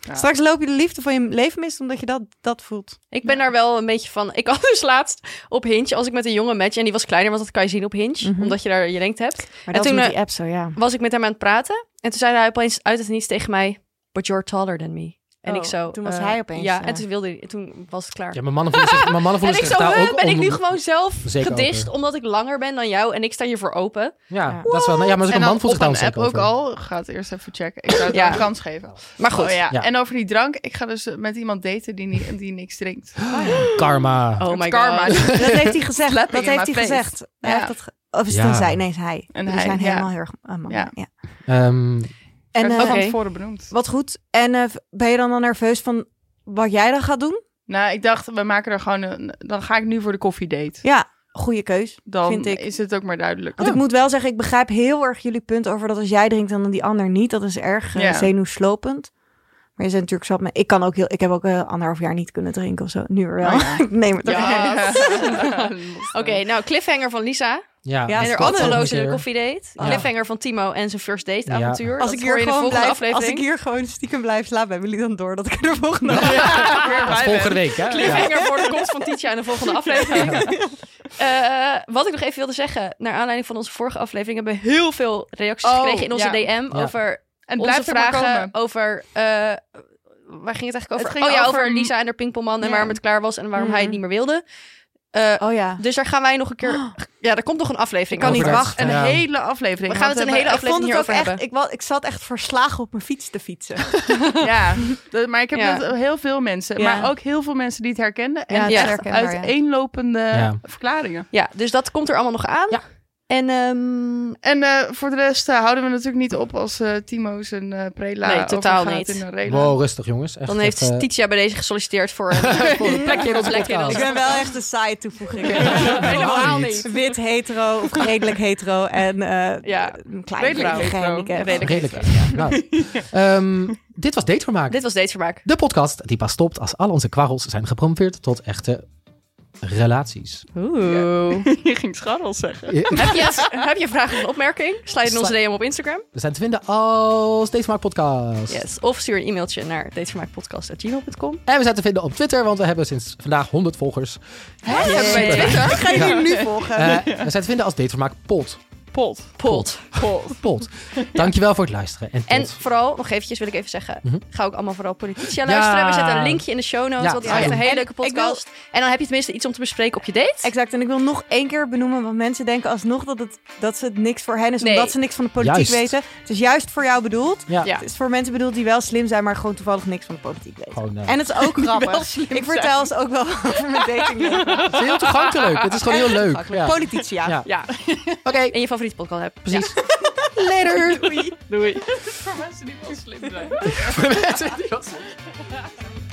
S2: Ja.
S3: Straks loop je de liefde van je leven mis omdat je dat, dat voelt.
S4: Ik ben daar wel een beetje van. Ik had dus laatst op Hinge, als ik met een jongen match, en die was kleiner, want dat kan je zien op Hinge,
S3: Mhm.
S4: omdat je daar je lengte hebt.
S3: Maar dat
S4: toen,
S3: is met
S4: eh,
S3: die app zo, ja.
S4: Was ik met hem aan het praten en toen zei hij opeens uit het niets tegen mij: But you're taller than me. En
S3: Oh,
S4: ik zo.
S3: toen was
S4: eh,
S3: hij opeens,
S4: Ja,
S3: ja.
S4: en toen wilde hij, toen was het klaar.
S5: ja, mijn mannen voelen zich, mijn mannen
S4: en
S5: voelen
S4: ik
S5: zich
S4: zo,
S5: daar
S4: huh,
S5: ook
S4: ben ik nu
S5: onder-
S4: gewoon zelf
S5: Zeker
S4: gedist
S5: over.
S4: omdat ik langer ben dan jou en ik sta hiervoor open?
S5: Ja,
S3: Ja.
S5: dat is wel... nou Ja, maar zo'n
S2: En
S5: man
S2: dan
S5: voelt
S2: op
S5: zich daar
S2: een
S5: onzeker
S2: app ook
S5: over.
S2: al. Ga het eerst even checken. Ik zou het
S4: Ja.
S2: wel een kans geven.
S4: Maar goed.
S2: Oh, ja.
S5: Ja.
S2: En over die drank. Ik ga dus eh, met iemand daten die, ni- die niks drinkt.
S5: Oh Karma.
S4: Oh
S2: Het
S4: my
S2: karma.
S4: god.
S3: Dat heeft hij gezegd.
S2: Slapping
S3: dat
S2: in
S3: heeft
S2: my
S3: hij
S2: face.
S3: gezegd. Hij
S2: Ja.
S3: heeft dat ge- of is het
S5: Ja.
S3: een zij? Nee, het is hij.
S2: En
S3: We
S2: hij,
S3: zijn
S2: ja.
S3: helemaal heel erg eh, mannen.
S2: Ja.
S3: Ja.
S5: Ehm,
S3: En
S2: ik
S3: eh,
S2: werd van
S4: Oké.
S2: tevoren benoemd.
S3: wat goed. En eh, ben je dan al nerveus van wat jij dan gaat doen?
S2: Nou, ik dacht, we maken er gewoon een... Dan ga ik nu voor de koffiedate.
S3: Ja. goede keus,
S2: dan
S3: vind ik.
S2: is het ook maar duidelijk.
S3: Want ik moet wel zeggen, ik begrijp heel erg jullie punt over dat als jij drinkt dan die ander niet. Dat is erg eh,
S2: Ja.
S3: zenuwslopend. Maar je bent natuurlijk zat met. Ik kan ook heel. Ik heb ook eh, anderhalf jaar niet kunnen drinken of zo. Nu weer wel.
S2: Oh ja.
S3: ik neem het. Ja.
S2: Ja.
S4: Oké, nou, cliffhanger van Lisa.
S1: Ja,
S3: Ja,
S4: en haar
S1: dat is wel
S4: andere
S1: een
S4: de
S1: keer.
S4: koffie date.
S1: Ja.
S4: Cliffhanger van Timo en zijn first date
S1: Ja.
S4: avontuur.
S3: Als
S4: Dat
S3: ik,
S4: hoor
S3: hier
S4: je in de
S3: gewoon
S4: volgende
S3: blijf, als
S4: aflevering.
S3: ik hier gewoon stiekem blijf slapen, hebben jullie dan door dat ik er de volgende aflevering-
S1: Dat is volgende week, hè? Ja.
S4: Cliffhanger voor de komst van Tietje in de volgende aflevering. Eh, wat ik nog even wilde zeggen. Naar aanleiding van onze vorige aflevering hebben we heel veel reacties
S2: Oh,
S4: gekregen in onze
S2: ja.
S4: DM
S1: Ja.
S4: over
S2: En
S4: onze
S2: blijft er maar
S4: vragen.
S2: komen.
S4: Over. eh, waar ging het eigenlijk over?
S2: Het ging
S4: oh ja,
S2: over-
S4: over, Lisa en haar pingpongman en
S2: Ja. Mm.
S4: waarom het klaar was en waarom hij het
S3: Mhm.
S4: niet meer wilde. Eh,
S3: Oh ja.
S4: Dus daar gaan wij nog een keer.
S2: Oh.
S4: Ja, er komt nog een aflevering.
S3: Ik kan
S4: over.
S3: niet wachten.
S2: Een
S1: Ja.
S2: hele aflevering.
S4: We gaan
S2: want
S4: het een
S2: hebben-
S4: hele
S3: Ik vond het
S4: aflevering
S3: ook
S4: hierover
S3: echt.
S4: hebben.
S3: Ik, wa- ik zat echt verslagen op mijn fiets te fietsen.
S2: Ja, dat- maar ik heb
S4: Ja.
S2: dat heel veel mensen.
S3: Ja.
S2: Maar ook heel veel mensen die het herkenden. En
S3: Ja, het is
S2: echt
S3: herkenbaar, ja.
S2: uiteenlopende
S1: Ja.
S2: verklaringen.
S4: Ja, dus dat komt er allemaal nog aan.
S1: Ja.
S4: En ehm,
S2: En eh, voor de rest eh, houden we natuurlijk niet op als eh, Timo zijn eh prela
S4: Nee, totaal
S2: overgaat
S4: niet.
S2: in een rela.
S1: Wow, rustig jongens. Echt,
S4: dan heeft
S1: echt, eh,
S4: Titia bij deze gesolliciteerd voor een, voor een plekje in onze
S1: Plekje in
S4: podcast.
S3: Ik
S1: onze-
S3: ben wel echt een saaie toevoeging.
S1: Helemaal niet.
S3: Wit hetero of redelijk hetero en eh
S4: Ja,
S3: een klein
S2: redelijk
S3: beetje
S2: hetero.
S3: gehandicapt.
S4: Redelijk.
S1: redelijk. Ja. Nou, ehm, dit was Datevermaak.
S4: Dit was Datevermaak.
S1: De podcast die pas stopt als al onze kwarrels zijn gepromoveerd tot echte relaties.
S2: Je ging scharrel zeggen.
S4: heb, je, heb je vragen of opmerking? Sluit in onze DM op Instagram.
S1: We zijn te vinden als Datevermaak podcast.
S4: Yes. Of stuur een e-mailtje naar datevermaakpodcast.gmail.com.
S1: En we zijn te vinden op Twitter, want we hebben sinds vandaag 100 volgers.
S4: Hè? Hebben wij
S1: Super.
S4: Twitter?
S3: Ga je die nu volgen?
S1: Eh, we zijn te vinden als Datevermaak pod.
S2: Pot.
S4: Pot.
S2: Pot.
S1: pod. Dankjewel voor het luisteren. En, tot.
S4: En vooral, nog eventjes wil ik even zeggen,
S1: Mhm.
S4: ga ook allemaal vooral politici aan
S1: Ja.
S4: luisteren. We zetten een linkje in de show notes,
S1: Ja,
S4: want het
S1: ga
S4: is echt een
S1: doen.
S4: hele
S3: En
S4: leuke
S3: ik wil-
S4: podcast. En dan heb je tenminste iets om te bespreken op je date.
S3: Exact, en ik wil nog één keer benoemen, want mensen denken alsnog dat het, dat het niks voor hen is,
S4: Nee.
S3: omdat ze niks van de politiek
S1: Juist.
S3: weten. Het is juist voor jou bedoeld.
S1: Ja,
S4: Ja.
S3: Het is voor mensen bedoeld die wel slim zijn, maar gewoon toevallig niks van de politiek weten.
S1: gewoon eh,
S3: En het is ook
S2: wel
S3: grappig.
S2: slim
S3: Ik vertel ze ook wel over mijn dating.
S1: het is heel toegankelijk. Het is gewoon heel leuk. Ja. Oké,
S3: Politici, ja.
S1: Ja.
S4: Ja, in je favoriete podcast app.
S1: precies.
S2: Doei. voor mensen die wel slim zijn.
S1: Voor mensen die dat-